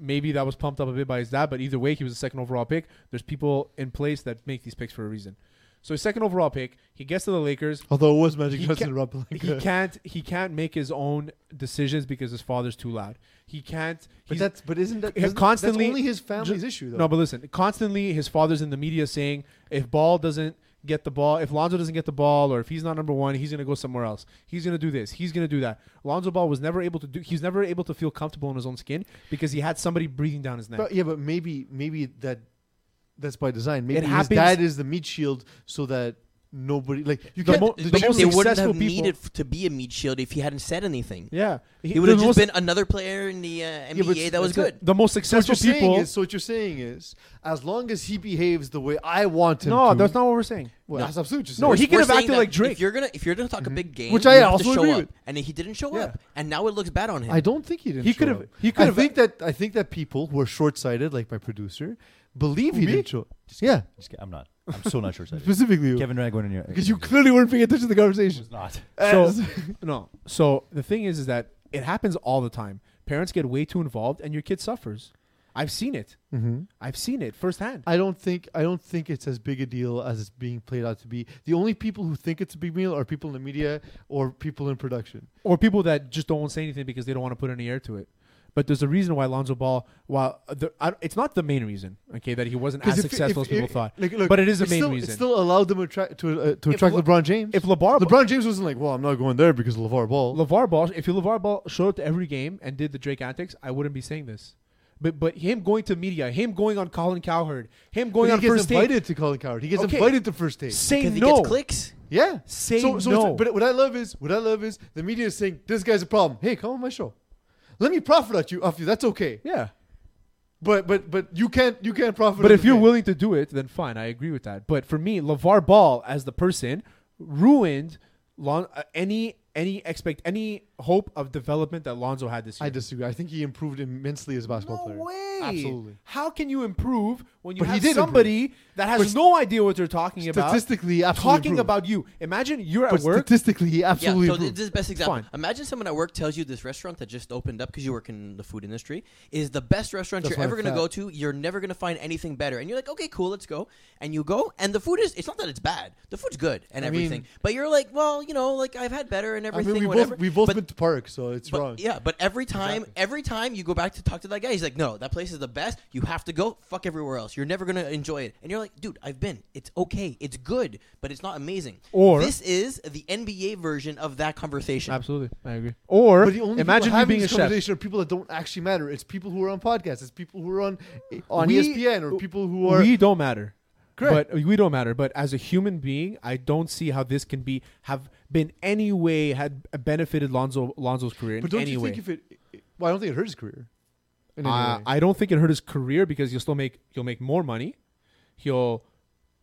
Maybe that was pumped up a bit by his dad, but either way, he was a second overall pick. There's people in place that make these picks for a reason. So his second overall pick, he gets to the Lakers. Although it was Magic He Johnson ca- and Rob Pelinka. He can't. He can't make his own decisions because his father's too loud. He can't. But he's- that's but isn't that he doesn't- constantly that's only his family's ju- issue though? No, but listen, constantly his father's in the media saying if Ball doesn't get the ball, if Lonzo doesn't get the ball, or if he's not number one, he's gonna go somewhere else. He's gonna do this. He's gonna do that. Lonzo Ball was never able to do. He's never able to feel comfortable in his own skin because he had somebody breathing down his neck. But- yeah, but maybe maybe that that's by design. Maybe It his happens- dad is the meat shield so that nobody like you The can't mo- the but most they wouldn't successful have people- needed f- to be a meat shield if he hadn't said anything. yeah, He would have the just most- been another player in the uh, NBA that was that's good. it. the most so what successful you're saying people. is so what you're saying is as long as he behaves the way I want him no, to, that's not what we're saying. well, no. that's absolutely what you're No, saying. he could We're have saying acted that like Drake. If you're gonna if you're gonna talk a big game, Mm-hmm. Which you I have to also show agree up. with. And he didn't show Yeah. up, and now it looks bad on him. I don't think he didn't. He show could've- up. he could've- I think that I think that people who are short-sighted, like my producer, believe he Me? didn't show. up. Yeah, Just kidding. I'm not. I'm so not sure. specifically you, Kevin Durant going in your because you clearly weren't paying attention to the conversation. was not. So As- no. So the thing is, is that it happens all the time. Parents get way too involved, and your kid suffers. I've seen it. Mm-hmm. I've seen it firsthand. I don't think I don't think it's as big a deal as it's being played out to be. The only people who think it's a big deal are people in the media or people in production. or people that just don't say anything because they don't want to put any air to it. But there's a reason why Lonzo Ball. While the, I, it's not the main reason, okay, that he wasn't 'Cause as if- successful if- as people if- thought. like, look, but it is the it's main still, reason. It still allowed them attract to uh, to attract Le- LeBron James. if LeVar Ball, LeBron James wasn't like, "Well, I'm not going there because of LeVar Ball." LeVar Ball, if you LeVar Ball showed up to every game and did the Drake antics, I wouldn't be saying this. But but him going to media, him going on Colin Cowherd, him But going he on gets first take, invited to Colin Coward. He gets Okay. invited to first take. say because he no. gets clicks. Yeah. Say so, so it's- no. But what I love is what I love is the media is saying this guy's a problem. Hey, come on my show. Let me profit at you off you. That's okay. Yeah. But but but you can't you can't profit. But off if the you're thing. willing to do it, then fine. I agree with that. But for me, LeVar Ball as the person ruined Lon- uh, any any expect any hope of development that Lonzo had this year. I disagree. I think he improved immensely as a basketball No player. way. Absolutely. How can you improve when you But he have did somebody that has But no idea what they're talking about? Statistically, absolutely. talking improved. about you. Imagine you're but at work. statistically, he Yeah, absolutely so th- improved. this is the best example. fine. Imagine someone at work tells you this restaurant that just opened up because you work in the food industry is the best restaurant That's you're why ever I'm going to fat. go to. You're never going to find anything better. And you're like, okay, cool, let's go. And you go, and the food is, it's not that it's bad. The food's good and I mean- everything. but you're like, well, you know, like I've had better and I everything. mean, we whatever. both we both But- been to park, so it's but- wrong. Yeah, but every time, every time you go back to talk to that guy, he's like, "No, that place is the best. You have to go. Fuck everywhere else. You're never gonna enjoy it." And you're like, "Dude, I've been. It's okay. It's good, but it's not amazing." Or- this is the NBA version of that conversation. Absolutely, I agree. Or But the only imagine people you having being a this chef. conversation are people that don't actually matter. It's people who are on podcasts. It's people who are on eh, on E We- ESPN or people who are we don't matter. Correct. But uh, we don't matter. But as a human being, I don't see how this can be have been any way had benefited Lonzo Lonzo's career. But don't in any you way. think if it? Well, I don't think it hurt his career. In any Uh, way. I don't think it hurt his career because he'll still make he'll make more money. He'll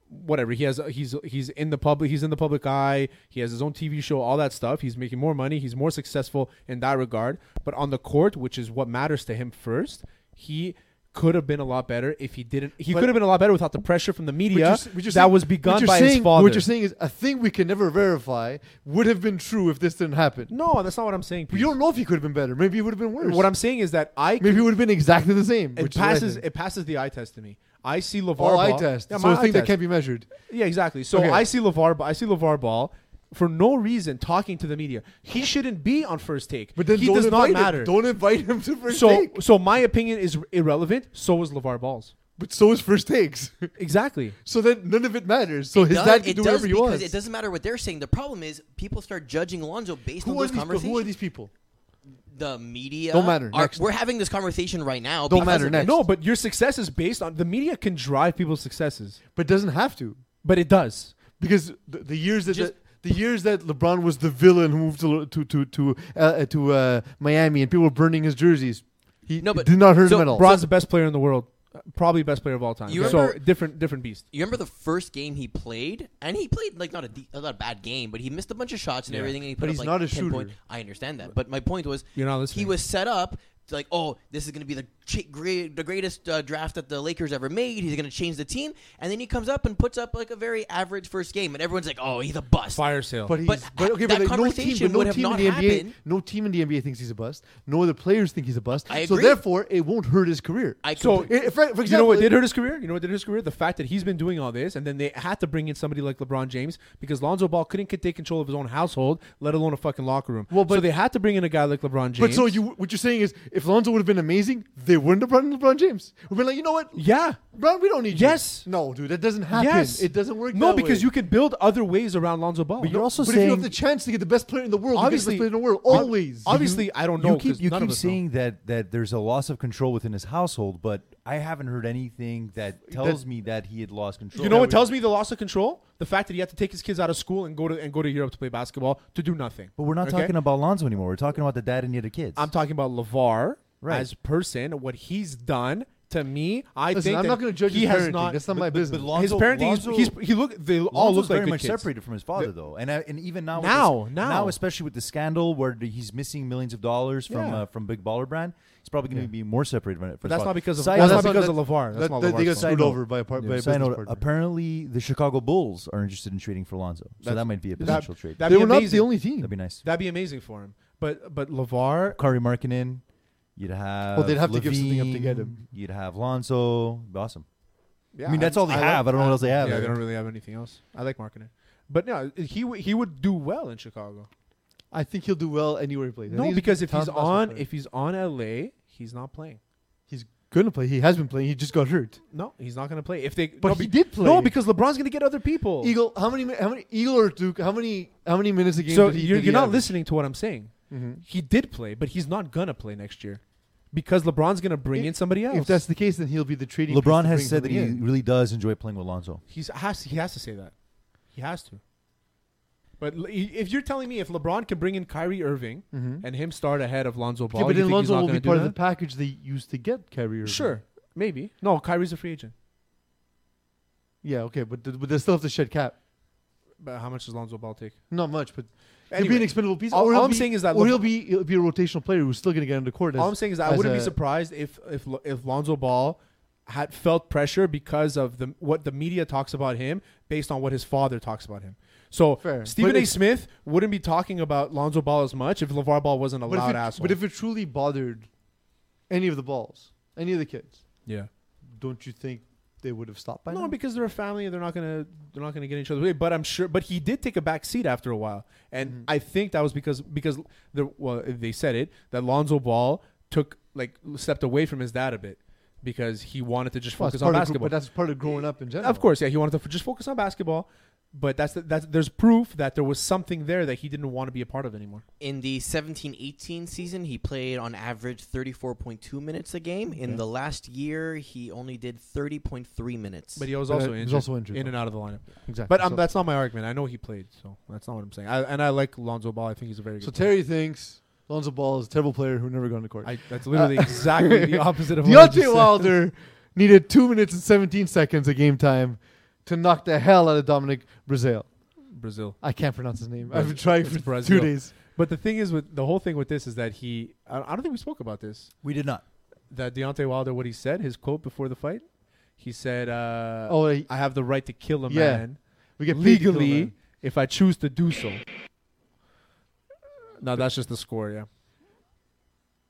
whatever he has he's he's in the public he's in the public eye. He has his own TV show, all that stuff. He's making more money. He's more successful in that regard. But on the court, which is what matters to him first, he could have been a lot better if he didn't. He But- could have been a lot better without the pressure from the What you're media s- what you're that saying- was what begun you're by saying, his father. What you're saying is a thing we can never verify would have been true if this didn't happen. no, that's not what I'm saying. We don't know if he could have been better. Maybe it would have been worse. What I'm saying is that I Maybe it would have been exactly the same. it which is what I passes think. it passes the eye test to me. I see Levar all Oh, eye Ball- test. Yeah, so my a eye thing that test. can't be measured. Yeah, exactly. So Okay. I see Levar. I see Levar Ball for no reason talking to the media. He shouldn't be on first take. But then he don't does not invite him. matter. Don't invite him to first so, take. so my opinion is irrelevant. So is Levar Ball's. But so is first takes. Exactly. so then none of it matters. So his does- dad can it do does whatever he because wants. it doesn't matter what they're saying. The problem is people start judging Lonzo based on who, are those these, people- conversations. who are these people? The media Don't matter. are- Next. we're having this conversation right now. Don't because matter. of Next. it. No, but your success is based on the media can drive people's successes, But doesn't have to. but it does. because the, the years that Just- the, the years that LeBron was the villain who moved to to to to, uh, uh, to uh, Miami and people were burning his jerseys, he No, no, but- but, did not hurt so- him at all. Bron's the best player in the world, Uh, probably best player of all time. You so remember- different, different beast. you remember the first game he played, and he played like not a de- not a bad game, but he missed a bunch of shots and everything. And he put But up, he's like, not 10 a shooter. Point. I understand that, but my point was You're not listening. He was set up to like, oh, this is going to be the ch- great, the greatest uh, draft that the Lakers ever made. He's going to change the team, and then he comes up and puts up like a very average first game, and everyone's like, oh, he's a bust. Fire sale. but he's, but but okay, that but like, no team, conversation but would no have team in not the happened. NBA, no team in the NBA thinks he's a bust. No other players think he's a bust. I so agree. therefore, it won't hurt his career. I So- so Oh, I- if- for example, you know what like- did hurt his career? You know what did hurt his career? The fact that he's been doing all this, and then they had to bring in somebody like LeBron James because Lonzo Ball couldn't c- take control of his own household, let alone a fucking locker room. Well, so but- they had to bring in a guy like LeBron James. But so you, what you're saying is, if Lonzo would have been amazing, they wouldn't have brought in LeBron James. We've been like, you know what, yeah, Bron, we don't need Yes. you. no, dude, that doesn't happen. yes, it doesn't work. No, that because way. you can build other ways around Lonzo Ball. But you're also But if saying you have the chance to get the best player in the world, obviously you get the best player in the world always. Obviously, I don't know. you keep 'cause you none keep of us know. saying that that there's a loss of control within his household, but I haven't heard anything that tells me that he had lost control. You know what tells me the loss of control? The fact that he had to take his kids out of school and go to and go to Europe to play basketball to do nothing. But we're not Okay? talking about Lonzo anymore. We're talking about the dad and the other kids. I'm talking about Levar Right. as person, what he's done to me. I Listen, think I'm that not going to judge he his has parenting. not. That's not my but- but business. Lonzo- his parenting, Lonzo- he's, he's he look. They all Lonzo's look like very good much kids. separated from his father, though, and I, and even now with Now, this- now. especially with the scandal where he's missing millions of dollars from Yeah. uh, from Big Baller Brand, he's probably going to be more separated from it. But that's not because of Side that's note- not because of Levar. That's That- not that- they got Levar's fault. screwed over by a, par- by a Side business note, partner. apparently the Chicago Bulls are interested in trading for Lonzo, so That's- that might be a that- potential trade. that- they That'd be were not amazing. the only team. That'd be nice. That'd be amazing for him. But but Levar, Kari Markkinen, you'd have. Well, they'd have to give something up to Levine, get him. You'd have Lonzo. It'd be awesome. yeah, I mean, that's all they have. I don't know what else they have. Yeah, they don't really have anything else. I like marketing, but no, he would- he would do well in Chicago. I think he'll do well anywhere he plays. I think No, a because if he's talented basketball on player. if he's on LA, he's not playing. he's going to play, he has been playing. He just got hurt. No, he's not going to play. If they But no, he be- did play. No, because LeBron's going to get other people. Eagle, how many? mi- How many? Eagle or Duke? How many? How many minutes a game? So did he, you're, did he you're not average? listening to what I'm saying. Mm-hmm. He did play, but he's not gonna play next year because LeBron's gonna bring If- in somebody else. If that's the case, then he'll be the trading. piece LeBron to has bring said that he somebody in. really does enjoy playing with Lonzo. he's has he has to say that. He has to. But l- i- if you're telling me if LeBron can bring in Kyrie Irving and him start ahead of Lonzo Okay, Ball, Mm-hmm. but you then think he's Lonzo not will gonna be do part of the that? package they used to get Kyrie. Irving. Sure, maybe. No, Kyrie's a free agent. Yeah. Okay, but, th- but they still have to shed cap. But how much does Lonzo Ball take? Not much, but He'll be an Anyway, expendable piece. all- or he'll all I'm be- saying is that or Lev- he'll be he'll be a rotational player who's still going to get under court. As, All I'm saying is I as wouldn't be a- surprised if if Lo- if Lonzo Ball had felt pressure because of the what the media talks about him based on what his father talks about him. So Fair. Stephen But A. if- Smith wouldn't be talking about Lonzo Ball as much if LeVar Ball wasn't a But if, loud it, asshole. but if it truly bothered any of the balls, any of the kids, yeah. don't you think they would have stopped by No, now? because they're a family. They're not gonna. They're not gonna get in each other's way. But I'm sure. But he did take a back seat after a while, and Mm-hmm. I think that was because because the well they said it that Lonzo Ball took like stepped away from his dad a bit because he wanted to just Well, focus that's on part of gr- basketball. but that's part of growing up in general. Of course, yeah, he wanted to f- just focus on basketball. But that's the, that's there's proof that there was something there that he didn't want to be a part of anymore. In the 17-18 season, he played on average 34.2 minutes a game. In the last year, he only did 30.3 minutes. But he was But, uh, also he was injured, also injured, in though. and out of the lineup. exactly. But um, so, that's not my argument. I know he played, so that's not what I'm saying. I, and I like Lonzo Ball. I think he's a very good. so player. Terry thinks Lonzo Ball is a terrible player who never got under court. Uh, I, that's literally exactly the opposite of what I just Deontay said. Wilder needed two minutes and 17 seconds of game time to knock the hell out of Dominic Brazil. Brazil. I can't pronounce his name. Braz- I've been trying it's for Brazil. two days. But the thing is with the whole thing with this is that he I, I don't think we spoke about this. We did not. That Deontay Wilder what he said, his quote before the fight, he said uh, Oh, he- I have the right to kill a Yeah. man We get paid to kill a legally man. if I choose to do so. No, that's just the score, yeah.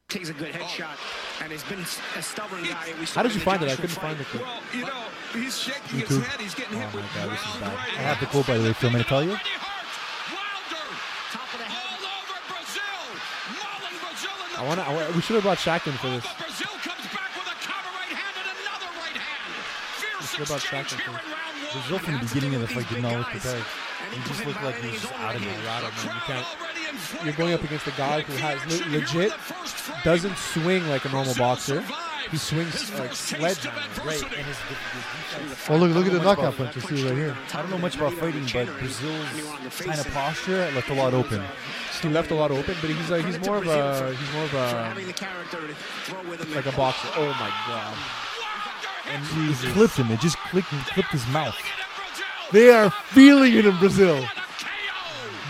takes a good headshot, and he's been a stubborn guy. We How did you saw in find it? I Joshua couldn't find the clip. Well, you know, he's shaking his head. He's getting Oh, hit with God, this is round bad. right I have the hands. quote, by the way, Phil, I'm gonna tell you. Freddie Hart, Wilder, all over Brazil, mauling Brazil in the I wanna, I wa- we should have brought Shaq in for this. But Brazil comes back with a counter right hand and another right hand. Fierce What about exchange Shaq, I here think? in round one. Brazil from the That's beginning of the the fight thing did not with look these big prepared. guys. He just looked like he was just out of it. Out The of it, man. You crowd can't- already in fuego. You're going up against a guy who The has action here in le- the legit first frame. doesn't swing like a normal Brazil boxer. survives. He His swings like first taste of sledgehammer. adversity. Oh, look, look at the knockout punch you see right here. I don't know much about fighting, but Brazil's kind of posture left a lot open. He left a lot open, but he's like he's more of a he's more of a like a boxer. Oh my god! And he clipped him. It just clicked, clipped his mouth. They are feeling it in Brazil.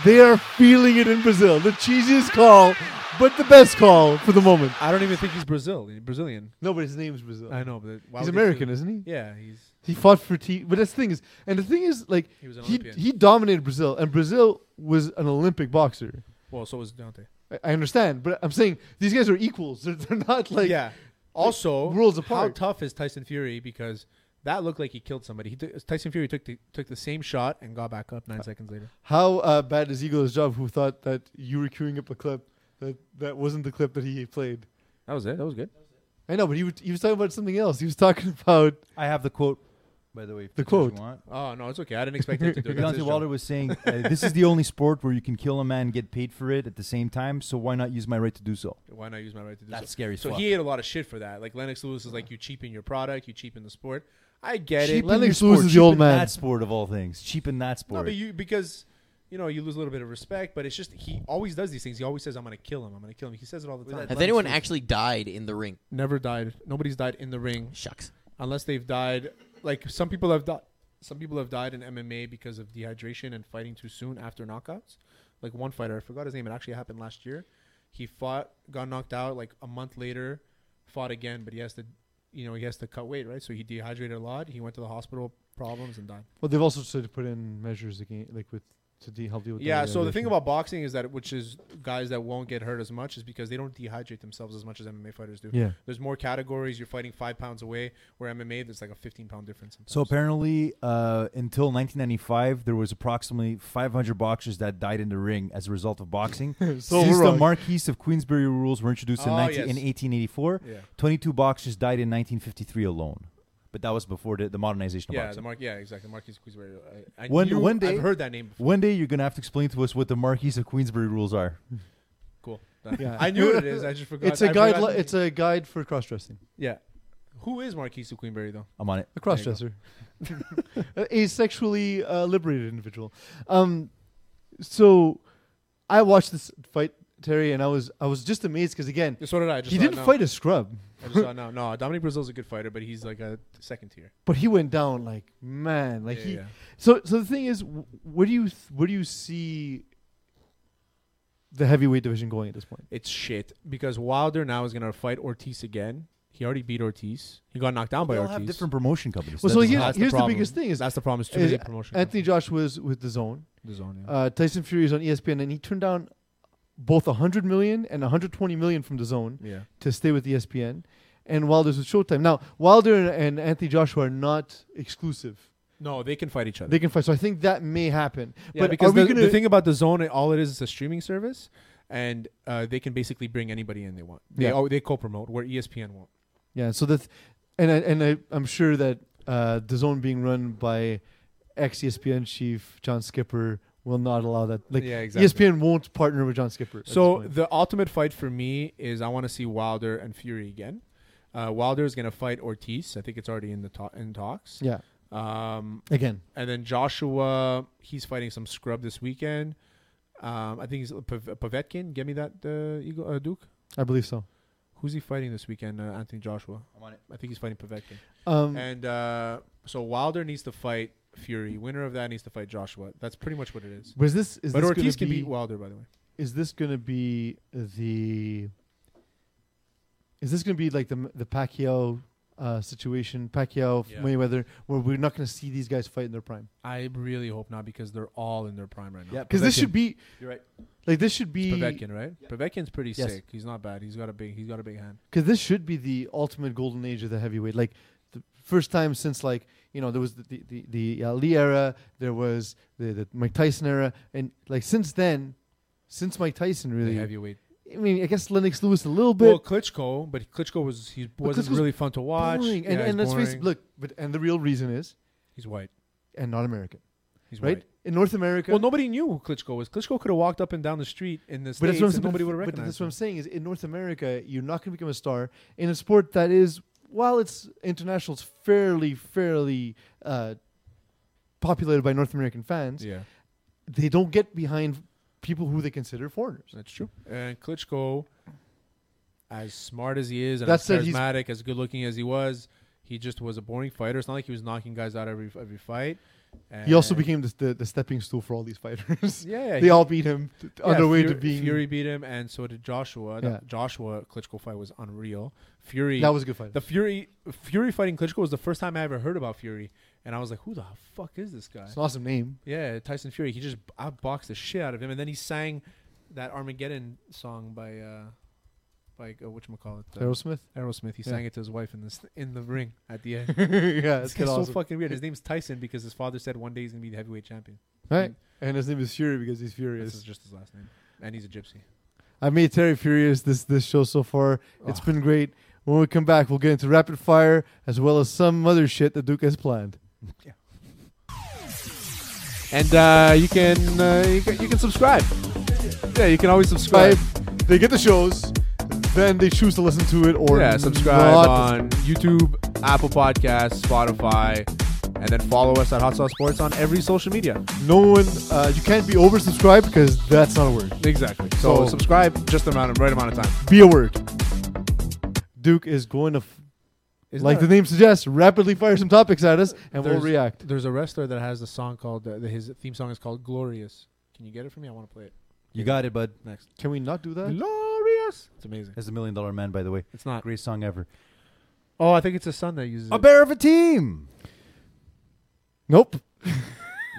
They are feeling it in Brazil. The cheesiest call, but the best call for the moment. I don't even think he's Brazil Brazilian. No, but his name is Brazil. I know, but why He's would they American, feel- isn't he? Yeah, he's He fought for T. But that's the thing is, and the thing is, like He was an he Olympian. he dominated Brazil, and Brazil was an Olympic boxer. well. So was Dante. I- I understand, but I'm saying these guys are equals. They're, they're not like yeah. Also, worlds How apart. tough is Tyson Fury? Because that looked like he killed somebody. He took Tyson Fury took the took the same shot and got back up nine seconds later. How uh, bad is Eagle's job? Who thought that you were queuing up a clip that that wasn't the clip that he played? That was it. That was good. I know, but he was, he was talking about something else. He was talking about I have the quote, by the way. if The you guys quote. want. Oh no, it's okay. I didn't expect him to do it. That's Deontay his Wilder job. was saying, uh, "This is the only sport where you can kill a man and get paid for it at the same time. So why not use my right to do so?" Why not use my right to do That's so? scary as So fuck. he ate a lot of shit for that. Like Lennox Lewis is like, you cheapen your product, you cheapen the sport. I get Cheap it. in Lennox your sport, Lewis is the cheap old in man. That sport of all things, cheap in that No, sport. but you because you know you lose a little bit of respect. But it's just he always does these things. He always says, "I'm gonna kill him. I'm gonna kill him." He says it all the time. Has anyone actually died in the ring? Never died. Nobody's died in the ring Shucks. unless they've died. Like some people have died. Some people have died in MMA because of dehydration and fighting too soon after knockouts. Like one fighter, I forgot his name. It actually happened last year. He fought, got knocked out. Like a month later, fought again, but he has to, you know, he has to cut weight, right? So he dehydrated a lot. He went to the hospial, problems, and died. well, they've also started to put in measures again, like with to de- help deal with. Yeah. So the thing dehydration. about boxing is that, which is guys that won't get hurt as much, is because they don't dehydrate themselves as much as MMA fighters do. yeah, There's more categories. You're fighting five pounds away, where MMA there's like a 15 pound difference. Sometimes. So apparently, uh, until 1995, there was approximately 500 boxers that died in the ring as a result of boxing. So Since we're the wrong. Marquis of Queensberry rules were introduced in, Oh, 19, yes. in 1884, Yeah. 22 boxers died in 1953 alone. But that was before the, the modernization of yeah, the boxing. mark. Yeah, exactly. Marquis Queensberry. I, I One- knew- one day- I've heard that name. Before. One day you're gonna have to explain to us what the Marquis of Queensberry rules are. Cool. Yeah. I knew what it is. I just forgot. it's a I guide. forgot Li- the- it's a guide for cross dressing. yeah. Who is Marquis of Queenberry though? I'm on it. A cross dresser. a sexually uh, liberated individual. Um, so I watched this fight, Terry, and I was I was just amazed because again, So did I. I just he saw it didn't now. fight a scrub, I just saw it now. No, Dominic Brazil's a good fighter, but he's like a second tier. but he went down like man, like Yeah, he. yeah. So so the thing is, wh- what do you th- what do you see the heavyweight division going at this point. It's shit because Wilder now is gonna fight Ortiz again. He already beat Ortiz. He got knocked down by They all Ortiz. have different promotion companies. Well, That so doesn't here's, help. here's the, problem. biggest thing is That's the problem, it's too is many promotion Anthony Josh was with the Zone. The Zone, yeah. Uh, Tyson Fury is on ESPN, and he turned down both 100 million and 120 million from the Zone Yeah. to stay with E ESPN. And Wilder's with Showtime. Now Wilder and, and Anthony Joshua are not exclusive. no, they can fight each other. They can fight, so I think that may happen. Yeah, but because are we the, gonna, the thing about the zone, all it is is a streaming service, and uh, they can basically bring anybody in they want. They Yeah. oh, they co-promote where ESPN won't. Yeah, so that, and I, and I, I'm sure that uh, the zone being run by ex ESPN chief John Skipper will not allow that. Like, E Yeah, exactly. ESPN won't partner with John Skipper. at this So point. the ultimate fight for me is I want to see Wilder and Fury again. Uh, Wilder is going to fight Ortiz. I think it's already in the to- in talks. yeah, Um, again, and then Joshua, he's fighting some scrub this weekend. Um, I think he's Pav- Pavetkin. Give me that uh, Eagle, uh, Duke. I believe so. Who's he fighting this weekend? Uh, Anthony Joshua. I want it. I think he's fighting Povetkin. Um, and uh, so Wilder needs to fight Fury. Winner of that needs to fight Joshua. That's pretty much what it is. Was this is but this Ortiz gonna can be, beat Wilder, by the way. Is this gonna be the? Is this gonna be like the the Pacquiao uh, situation, Pacquiao Yeah. Mayweather, where we're not gonna see these guys fight in their prime? I really hope not because they're all in their prime right now. Yeah, Because this Povetkin. should be You're right. like this should be Povetkin, right? Povetkin's pretty Yes. sick. He's not bad. He's got a big. He's got a big hand. because this should be the ultimate golden age of the heavyweight. Like the first time since like you know there was the the, the, the Ali era, there was the, the Mike Tyson era, and like since then, since Mike Tyson The really. heavyweight. I mean, I guess Lennox Lewis a little bit. well, Klitschko, but Klitschko was he wasn't Klitschko's really fun to watch. boring. And, Yeah, and let's he's face it, boring. look, but and the real reason is he's white. and not American, He's right? white. In North America, Well, nobody knew who Klitschko was. Klitschko could have walked up and down the street in this, but that's what states, I'm and saying. nobody would have but recognized. that's what him. I'm saying is in North America, you're not going to become a star in a sport that is, while it's international, it's fairly, fairly uh, populated by North American fans. Yeah, They don't get behind people who they consider foreigners. that's true. And Klitschko, as smart as he is, and That's as it, he's- charismatic, as good looking as he was, he just was a boring fighter. It's not like he was knocking guys out every every fight. He also And- became the, the, the stepping stool for all these fighters. Yeah, yeah, they he- all beat him t- on Yeah, their way Fury, to being. Fury beat him, and so did Joshua. The Yeah. Joshua Klitschko fight was unreal. Fury That was a good fight. the Fury Fury fighting Klitschko was the first time I ever heard about Fury, and I was like, who the fuck is this guy? it's an awesome name. Yeah, Tyson Fury. He just outboxed the shit out of him, and then he sang that Armageddon song by uh, by uh, what call it? Aerosmith. Aerosmith. He Yeah. sang it to his wife in the st- in the ring at the end. yeah, this it's guy's kind of so awesome. fucking weird. His name's Tyson because his father said one day he's gonna be the heavyweight champion. Right. And his name is Fury because he's furious. This is just his last name, and he's a gypsy. I made Terry furious this this show so far. It's been great. When we come back, we'll get into rapid fire as well as some other shit that Duke has planned. And uh, you can uh, you can you can subscribe. Yeah, you can always subscribe. Right? They get the shows, then they choose to listen to it or Yeah, not. subscribe on YouTube, Apple Podcasts, Spotify, and then follow us at Hot Sauce Sports on every social media. No one, uh, you can't be oversubscribed because that's not a word. Exactly. So, So- subscribe just the amount of right amount of time. Be a word. Duke is going to, f- like the name suggests, rapidly fire some topics at us, and we'll There's- react. There's a wrestler that has a song called uh, his theme song is called Glorious. Can you get it for me? I want to play it You got it, bud. next. Can we not do that? Glorious. It's amazing. As a million dollar man, by the way. It's not. Great song ever. Oh, I think it's his son that uses A it. bear of a team. Nope.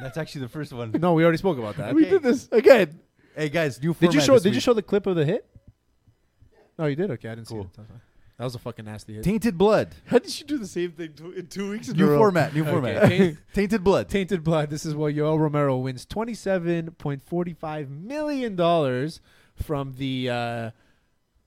That's actually the first one. No, we already spoke about that. We did this again. hey guys, new. Did you format show? this Did you week. show the clip of the hit? No, you did. Okay, I didn't Cool. see it. That's fine. That was a fucking nasty hit. Tainted Blood? How did you do the same thing two, in two weeks in a New row? format. New format. Taint- Tainted Blood. Tainted Blood. This is where Yoel Romero wins twenty-seven point forty-five million dollars from the uh,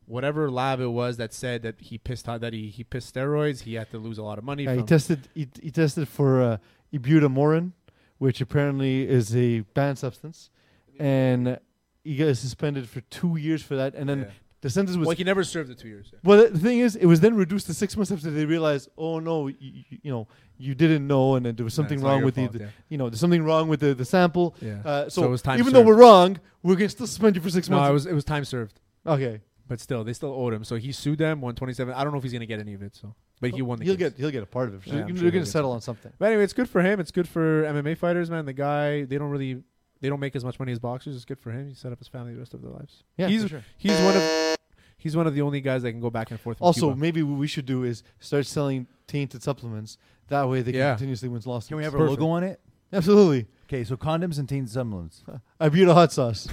whatever lab it was that said that he pissed that he he pissed steroids. He had to lose a lot of money. Yeah, he from- tested he, he tested for uh, ibutamorin, which apparently is a banned substance, and he got suspended for two years for that. And then Yeah. the sentence was well, well, he never served the two years. The thing is, it was then reduced to six months after they realized, oh no, you, you know, you didn't know, and then there was Yeah, something it's not wrong your with fault, the, yeah. you know, there's something wrong with the, the sample. Yeah. Uh, so So it was time even served. though we're wrong, we're gonna still suspend you for six No, months. it was it was time served, okay, but still they still owed him. So he sued them one twenty-seven. I don't know if he's gonna get any of it. So, but he won the. Oh, He'll case. get he'll get a part of it. So Yeah, you're I'm sure you're he'll gonna get settle on something. But anyway, it's good for him. It's good for MMA fighters, man. The guy, they don't really they don't make as much money as boxers. It's good for him. He set up his family the rest of their lives. Yeah, he's for sure. he's one of he's one of the only guys that can go back and forth. From Also, Cuba. maybe what we should do is start selling tainted supplements. That way, they Yeah. can continuously win losses. Can we have a Perfect. logo on it? Absolutely. Okay, so condoms and tainted supplements. Ibuta hot sauce.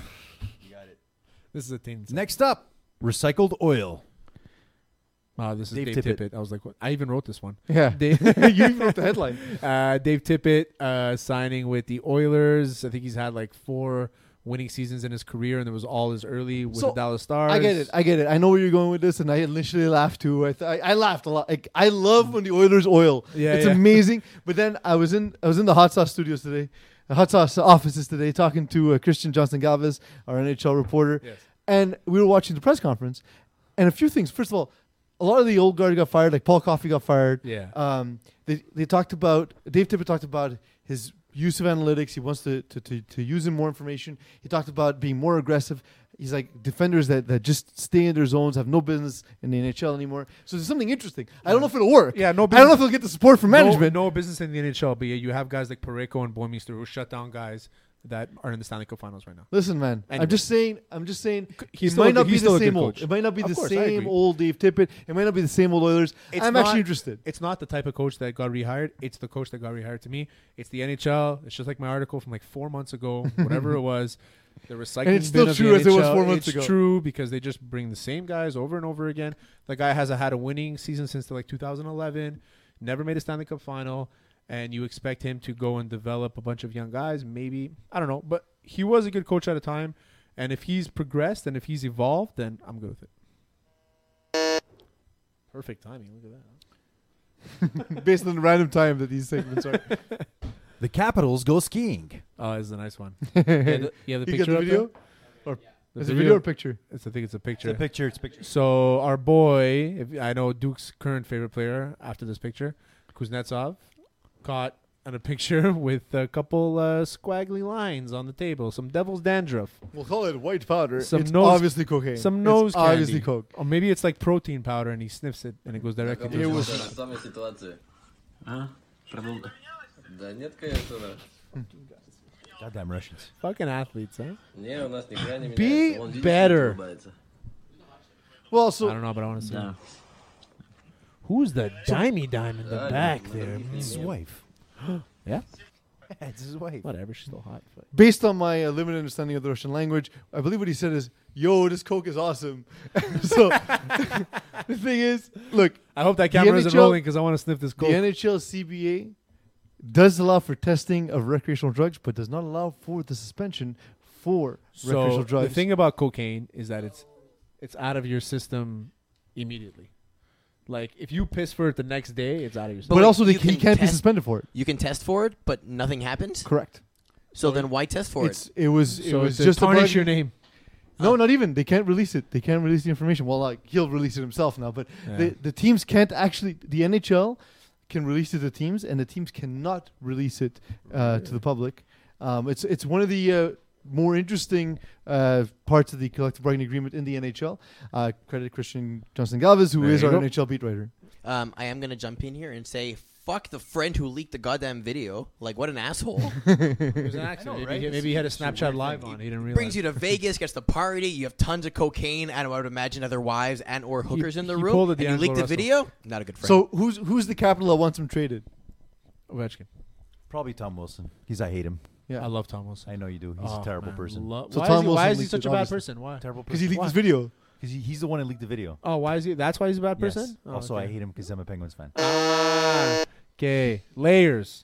this is a thing. Next up, recycled oil. Wow, Ah, this is Dave Dave, Tippett. Tippett. I was like, what? I even wrote this one. Yeah. Dave, You even wrote the headline. Uh, Dave Tippett uh, signing with the Oilers. I think he's had like four winning seasons in his career, and it was all as early with the Dallas Stars. I get it. I get it. I know where you're going with this, and I initially laughed too. I, th- I, I laughed a lot. Like I love when the Oilers oil. Yeah, it's yeah. amazing. But then I was in I was in the hot sauce studios today, the hot sauce offices today, talking to uh, Christian Johnson Galvez, our NHL reporter, Yes. and we were watching the press conference, and a few things. First of all, a lot of the old guard got fired. Like Paul Coffey got fired. Yeah. Um. They they talked about Dave Tippett talked about his use of analytics. He wants to to, to, to use in more information. He talked about being more aggressive. He's like defenders that, that just stay in their zones have no business in the NHL anymore. So there's something interesting. I don't know if it'll work. Yeah, no I don't know business- if it'll get the support from management. No, no business in the NHL, but yeah, you have guys like Pareko and Boymister who shut down guys that are in the Stanley Cup Finals right now. Listen, man. Anyway. I'm just saying. I'm just saying. he's it still a might good- not be he's still the a good same old. coach. It might not be Of the course, I same agree. old Dave Tippett. It might not be the same old Oilers. I'm actually interested. It's not the type of coach that got rehired. It's the coach that got rehired to me. It's the NHL. It's just like my article from like four months ago, whatever it was. The recycling it's still bin of the true as it was NHL. four months It's ago. true because they just bring the same guys over and over again. The guy has a, had a winning season since like 2011, never made a Stanley Cup final, and you expect him to go and develop a bunch of young guys. Maybe I don't know, but he was a good coach at a time, and if he's progressed and if he's evolved, then I'm good with it. Perfect timing. Look at that. based on the random time that these segments are. The Capitals go skiing. Oh, this is a nice one. yeah, the, you have the you picture got the up video? there? Or The is it video or picture? It's, I think it's a picture. It's a picture. It's a picture. So our boy, if I know Duke's current favorite player after this picture, Kuznetsov, caught on a picture with a couple uh, squiggly lines on the table, some devil's dandruff, We'll call it white powder. some it's nose, obviously cocaine. some It's nose, candy. obviously coke. or maybe it's like protein powder, and he sniffs it and it goes directly. to It his was nose. Goddamn Russians. fucking athletes, huh? Be better. well. I So don't know, but I want to see. Who's the dimey dime in the back there? His wife. Yeah, It's his wife. whatever. She's still hot. But. based on my uh, limited understanding of the Russian language, I believe what he said is, "Yo, this coke is awesome." so the thing is, look, I hope that The camera isn't NHL rolling because I want to sniff this the coke. NHL CBA does allow for testing of recreational drugs, but does not allow for the suspension for so recreational drugs. the thing about cocaine is that it's it's out of your system immediately. Like if you piss for it the next day, it's out of your but, system. like, also, they you can, can not be test- suspended for it. You can test for it, but nothing happens. Correct. So then why test for It's it? it was it so was to just a bug. tarnish your name. No, not even. They can't release it. They can't release the information. Well, like he'll release it himself now, but the, Yeah. the teams can't actually. The NHL can release it to teams, and the teams cannot release it uh, to the public. Um, it's it's one of the uh, more interesting uh, parts of the collective bargaining agreement in the NHL. Uh, credit Christian Johnson Galvez, who There is you our go. NHL beat writer. Um, I am gonna jump in here and say, fuck the friend who leaked the goddamn video. Like, what an asshole. It was an accident. maybe, he- right? maybe he had a Snapchat weird live thing. on. He didn't realize. brings you to Vegas, gets the party. You have tons of cocaine, and I would imagine other wives and or hookers in the he room. pulled a And you D'Angelo leak the Russell. video. Not a good friend. So who's who's the capital that wants him traded? Ovechkin. Probably Tom Wilson. He's. I hate him. Yeah. I love Tom Wilson. I know you do. He's Oh, a terrible man, person. lo- So why Tom is he, why Wilson is he leaked such it, a bad obviously. person? Why? terrible Because person. he leaked Why? this video. Because he, he's the one who leaked the video. Oh, why is he? That's why he's a bad Yes. person. Oh, also, okay. I hate him because I'm a Penguins fan. Okay, layers.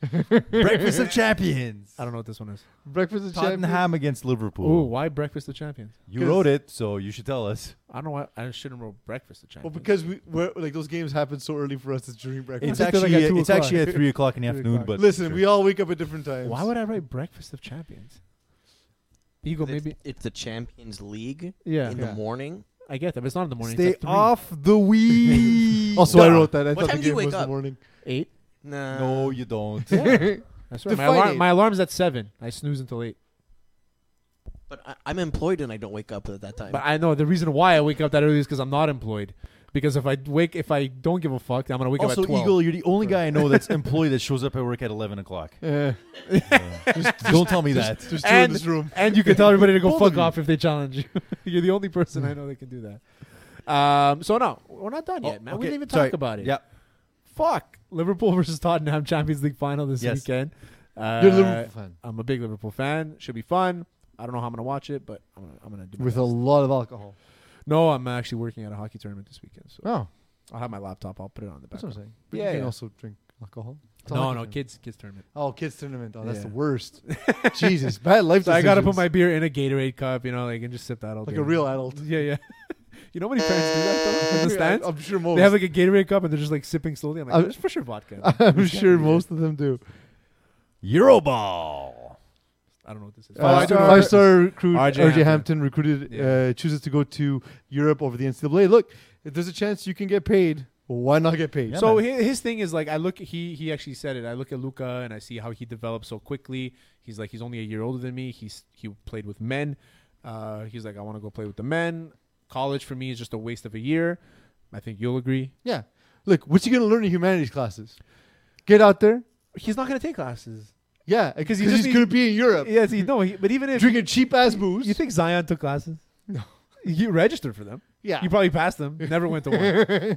Breakfast of Champions. I don't know what this one is. Breakfast of Champions. Tottenham against Liverpool. Ooh, why breakfast of champions? you wrote it, so you should tell us. I don't know why I shouldn't have wrote breakfast of Well, champions. because we we're, like those games happen so early for us. It's during breakfast. It's think they're actually like at at, two it's actually o'clock. at three o'clock in the Three afternoon. o'clock. But Listen, sure. we all wake up at different times. Why would I write Breakfast of Champions? Eagle, it's, maybe it's the Champions League Yeah. in Yeah. the morning. I get that, but it's not in the morning. stay it's at three. off the weed. Also, I wrote that. I What thought time the do you game wake was in the up? morning. eight. Nah. No, you don't. That's right. My, Define alarm, it. my alarm's at seven. I snooze until eight. But I, I'm employed and I don't wake up at that time. But I know the reason why I wake up that early is because I'm not employed. Because if I wake, if I don't give a fuck, I'm gonna wake also, up at twelve. Eagle, you're the only guy I know that's employee that shows up at work at 11 o'clock. Yeah. Don't tell me that. just- just two in Uh, and, this room. and you can tell everybody to go Both fuck of you. off if they challenge you. you're the only person I know that can do that. Um, so no, we're not done Oh, yet, man. We okay. didn't even talk Sorry. about it. Yeah. Fuck. Liverpool versus Tottenham Champions League final this Yes. weekend. Uh, You're a Liverpool fan. I'm a big Liverpool fan. Should be fun. I don't know how I'm gonna watch it, but I'm gonna, I'm gonna do my with a best. lot of alcohol. No, I'm actually working at a hockey tournament this weekend, so Oh, I'll have my laptop. I'll put it on the back. that's what I'm saying. But Yeah, you can yeah. also drink alcohol. It's a No, hockey no, tournament. kids, kids tournament. Oh, kids tournament. Oh, that's the Yeah. worst. Jesus, bad life. So I gotta put decisions. my beer in a Gatorade cup, you know, like and just sip that all like day. a real adult. Yeah, yeah. you know how many parents do that though in the stands? I'm sure most. They have like a Gatorade cup and they're just like sipping slowly. I'm like, I'm- there's for sure vodka. in there. I'm sure most of them do. Euroball. I don't know what this is. Five Five-star- star, Uh, five star recruit RJ, RJ Hampton. Hampton, recruited Yeah. uh, chooses to go to Europe over the NCAA. Look, if there's a chance you can get paid, why not get paid? so his, his thing is like I look he he actually said it. I look at Luca and I see how he developed so quickly. He's like he's only a year older than me. He's he played with men. Uh, he's like I want to go play with the men. College for me is just a waste of a year. I think you'll agree. yeah, look, what you gonna learn in humanities classes? Get out there. He's not gonna take classes. Yeah, 'Cause because you he's just need- gonna be in Europe Yes, he, no, he, but even if drinking cheap ass booze. you think Zion took classes, no, you registered for them. yeah, You probably passed them. Never went to one.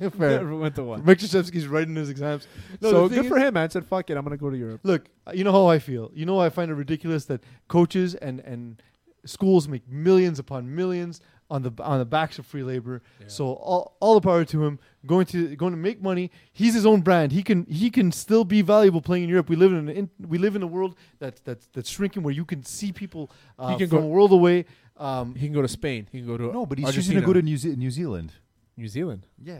fair. Never went to one. Mike Krzyzewski's writing his exams. No, so the thing good is- for him, man. Said fuck it, I'm gonna go to Europe. Look, uh, you know how I feel. You know I find it ridiculous that coaches and and schools make millions upon millions on the on the backs of free labor. So all, all the power to him. Going to going to make money. He's his own brand. He can he can still be valuable playing in Europe. We live in, an in we live in a world that's that's that's shrinking where you can see people uh, He can from go- a world away. Um, He can go to Spain. He can go to No, but he's Argentina. choosing to go to New, Ze- New Zealand. New Zealand. Yeah,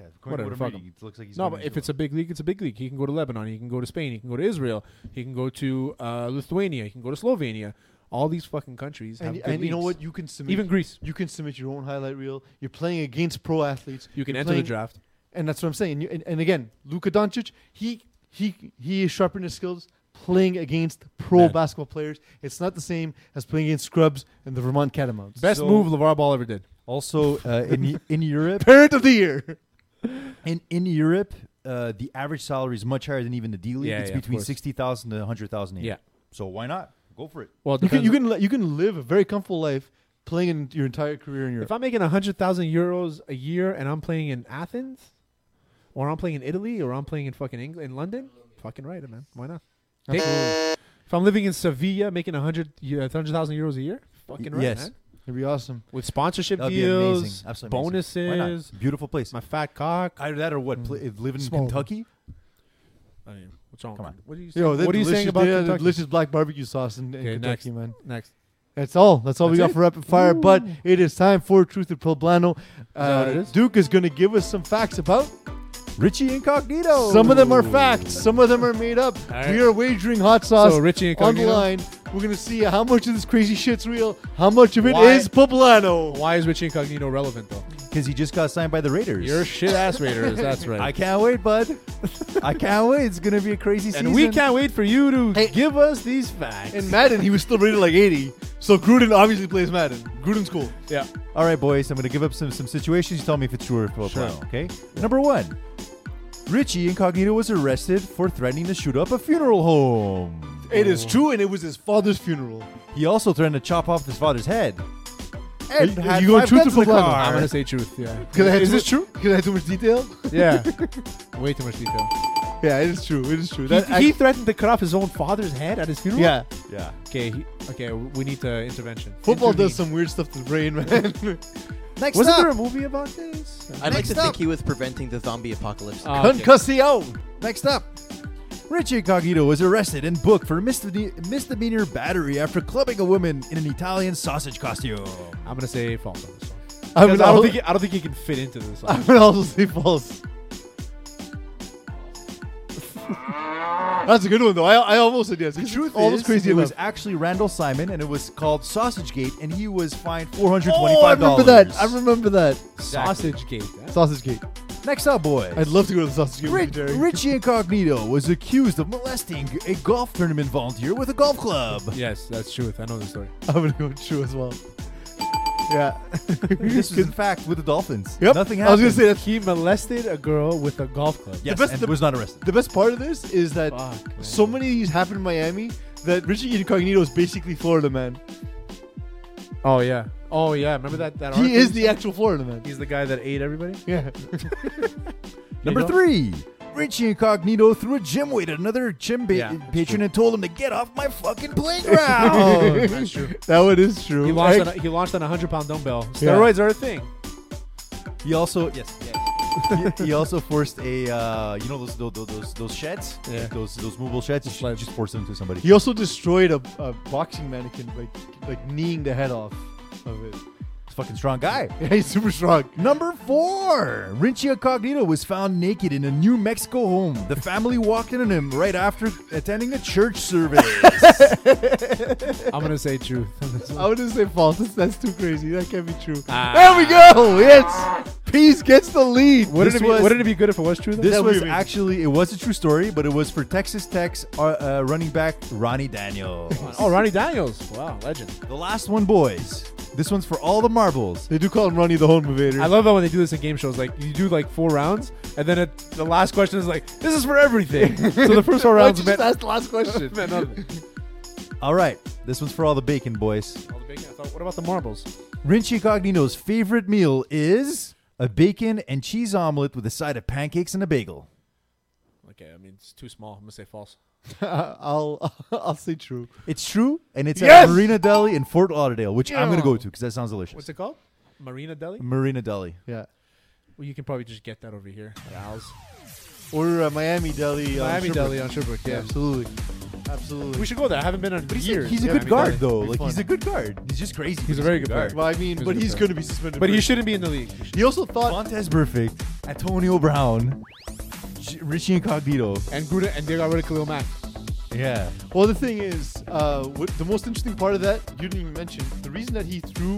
according to Whatever, fuck what I'm reading, it looks like he's no, going but to if it's a big league, it's a big league. He can go to Lebanon. He can go to Spain. He can go to Israel. He can go to uh, Lithuania. He can go to Slovenia. All these fucking countries have and good and you know leagues. what? You can submit Even Greece. you can submit your own highlight reel. You're playing against pro athletes. You can You're enter playing- the draft. And that's what I'm saying. You- And, and again, Luka Doncic, he he he is sharpening his skills playing against pro Man. basketball players. It's not the same as playing against scrubs and the Vermont Catamounts. Best So- move LeVar Ball ever did. also uh, in in Europe. Parent of the year. In in Europe, uh, the average salary is much higher than even the D league. Yeah, it's yeah, of between course. sixty thousand to hundred thousand a year. Yeah. So why not go for it? Well, it You can depends you can li- you can live a very comfortable life playing in your entire career in If Europe. I'm making 100,000 euros a year and I'm playing in Athens, or I'm playing in Italy, or I'm playing in fucking England, in London, fucking right, man. Why not? Take- if I'm living in Sevilla making 100 eu- 100,000 euros a year, fucking right, Yes. man. It'd be awesome. With sponsorship That'd be deals, amazing. Absolutely amazing. Why not? bonuses, Mm. Beautiful place. my fat cock. Either that or what? Pl- live in Small. Kentucky. I mean, what's wrong? Come on. What are you saying? Yo, that what are you saying delicious- about yeah, that Kentucky? delicious black barbecue sauce in, in Okay, Kentucky, next. man? Next. That's all. That's all we got That's it? for rapid fire. But it is time for Truth or Poblano. that what it Uh, is? Duke is going to give us some facts about Richie Incognito. Some of them are facts. Some of them are made up. right. We are wagering hot sauce So, Richie on the Incognito? line. We're gonna see how much of this crazy shit's real. How much of it is Why- poblano? Why is Richie Incognito relevant, though? because he just got signed by the Raiders. You're shit ass Raiders. That's right. I can't wait, bud. I can't wait. It's gonna be a crazy season. and we can't wait for you to Hey. give us these facts. In Madden, he was still rated like 80. So Gruden obviously plays Madden. Gruden's cool. yeah. All right, boys. I'm gonna give up some some situations. You tell me if it's true or false. Sure. Okay. Number one. Richie Incognito was arrested for threatening to shoot up a funeral home. It is true, and it was his father's funeral. He also threatened to chop off his father's head. And Are you- had you going five truth guns or in the poblano? car. I'm gonna say truth. Yeah. Because I had Is too this much- true? Because I had too much detail. Yeah. Way too much detail. yeah, it is true. It is true. He, That act- he threatened to cut off his own father's head at his funeral. yeah, Yeah. Okay. He, okay. w- We need to intervention. football Intervene. does some weird stuff to the brain, man. Next Wasn't up, there a movie about this? I'd like Next to up. think he was preventing the zombie apocalypse. Uh, okay. Concussion. next up. Richie Incognito was arrested and booked for misdemeanor, misdemeanor battery after clubbing a woman in an Italian sausage costume. I'm gonna say false on this one. I Because would, I al- don't think he, I don't think he can fit into this. I would also say false. That's a good one though. I, I almost said yes. The Truth almost is, crazy it enough. was actually Randall Simon, and it was called Sausage Gate, and he was fined four hundred twenty-five Oh, I remember that. I remember that. Sausage gate. eh? Sausage Gate. Next up, boys. I'd love to go to the Sausage Gate. Rich, Terry. Richie Incognito was accused of molesting a golf tournament volunteer with a golf club. Yes, that's truth. I know the story. I'm gonna go true as well. Yeah. this was in fact with the Dolphins. Yep. Nothing I was happened. gonna say that he molested a girl with a golf club. Yes, and was not arrested. The best part of this is that so many of these happened in Miami that Richie Incognito is basically Florida man. Oh yeah. Oh yeah. Remember that? that He article? is the actual Florida man. He's the guy that ate everybody. Yeah. Number You know? three, Richie Incognito threw a gym weight at another gym ba- Yeah, that's patron and told him to get off my fucking playground. That's true. That one is true. He launched, Eric- on a, he launched on a hundred pound dumbbell. Yeah. Steroids are a thing. he also yes. he, he also forced a uh, you know those those those, those sheds Yeah. those those movable sheds. He just forced them to somebody. He also destroyed a, a boxing mannequin by like kneeing the head off of it. He's a fucking strong guy. Yeah, he's super strong. Number four, Richie Incognito was found naked in a New Mexico home. The family walked in on him right after attending a church service. I'm gonna say truth. I would just say false. That's, that's too crazy. That can't be true. Ah. There we go. Yes. Peace gets the lead. Wouldn't it, This be, was- wouldn't it be good if it was true? Though? This That was we- actually it was a true story, but it was for Texas Tech's uh, uh, running back Ronnie Daniels. oh, Ronnie Daniels. Wow, legend. the last one, boys. This one's for all the marbles. They do call him Ronnie the Home Invader. I love that when they do this in game shows. Like you do like four rounds, and then it, the last question is like, "This is for everything." so the first four Why don't rounds you just meant, ask the last question? meant nothing. All right, this one's for all the bacon, boys. All the big- I thought, What about the marbles? Rinchi Cognito's favorite meal is a bacon and cheese omelet with a side of pancakes and a bagel. Okay, I mean it's too small. I'm gonna say false. I'll I'll say true. It's true, and it's Yes! at Marina Deli in Fort Lauderdale, which I'm gonna go to because that sounds delicious. What's it called? Marina Deli. Marina Deli. Yeah. Well, you can probably just get that over here at Al's. Or uh, Miami Deli. on Miami Sherbrooke. Deli on Sherbrooke. Yeah. Absolutely. Absolutely. We should go there. I haven't been on But he's, years. a, he's a Yeah, good Miami guard, Deli. though. Be Like fun. he's a good guard. He's just crazy. but He's a very good player. well, I mean, He's but a he's good going to be suspended. But for- he shouldn't be in the league. He also thought. Montez Perfect, Antonio Brown, J- Richie Incognito. And Gouda, and they got rid of Khalil Mack. Yeah. Well, the thing is, uh, what, the most interesting part of that you didn't even mention. The reason that he threw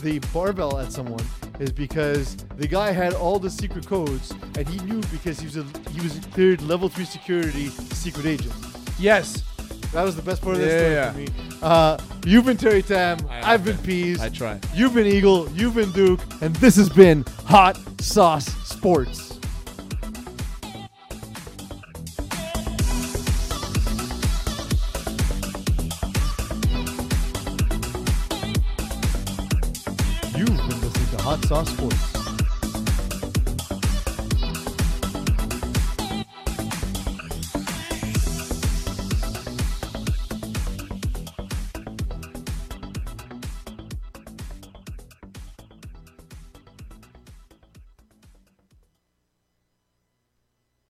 the barbell at someone is because the guy had all the secret codes, and he knew because he was a, he was cleared level three security secret agent. Yes. That was the best part of that Yeah, story yeah. for me. Uh, you've been Terry Tam. I- I've been Pease. I try. You've been Eagle. You've been Duke. And this has been Hot Sauce Sports. You've been listening to Hot Sauce Sports.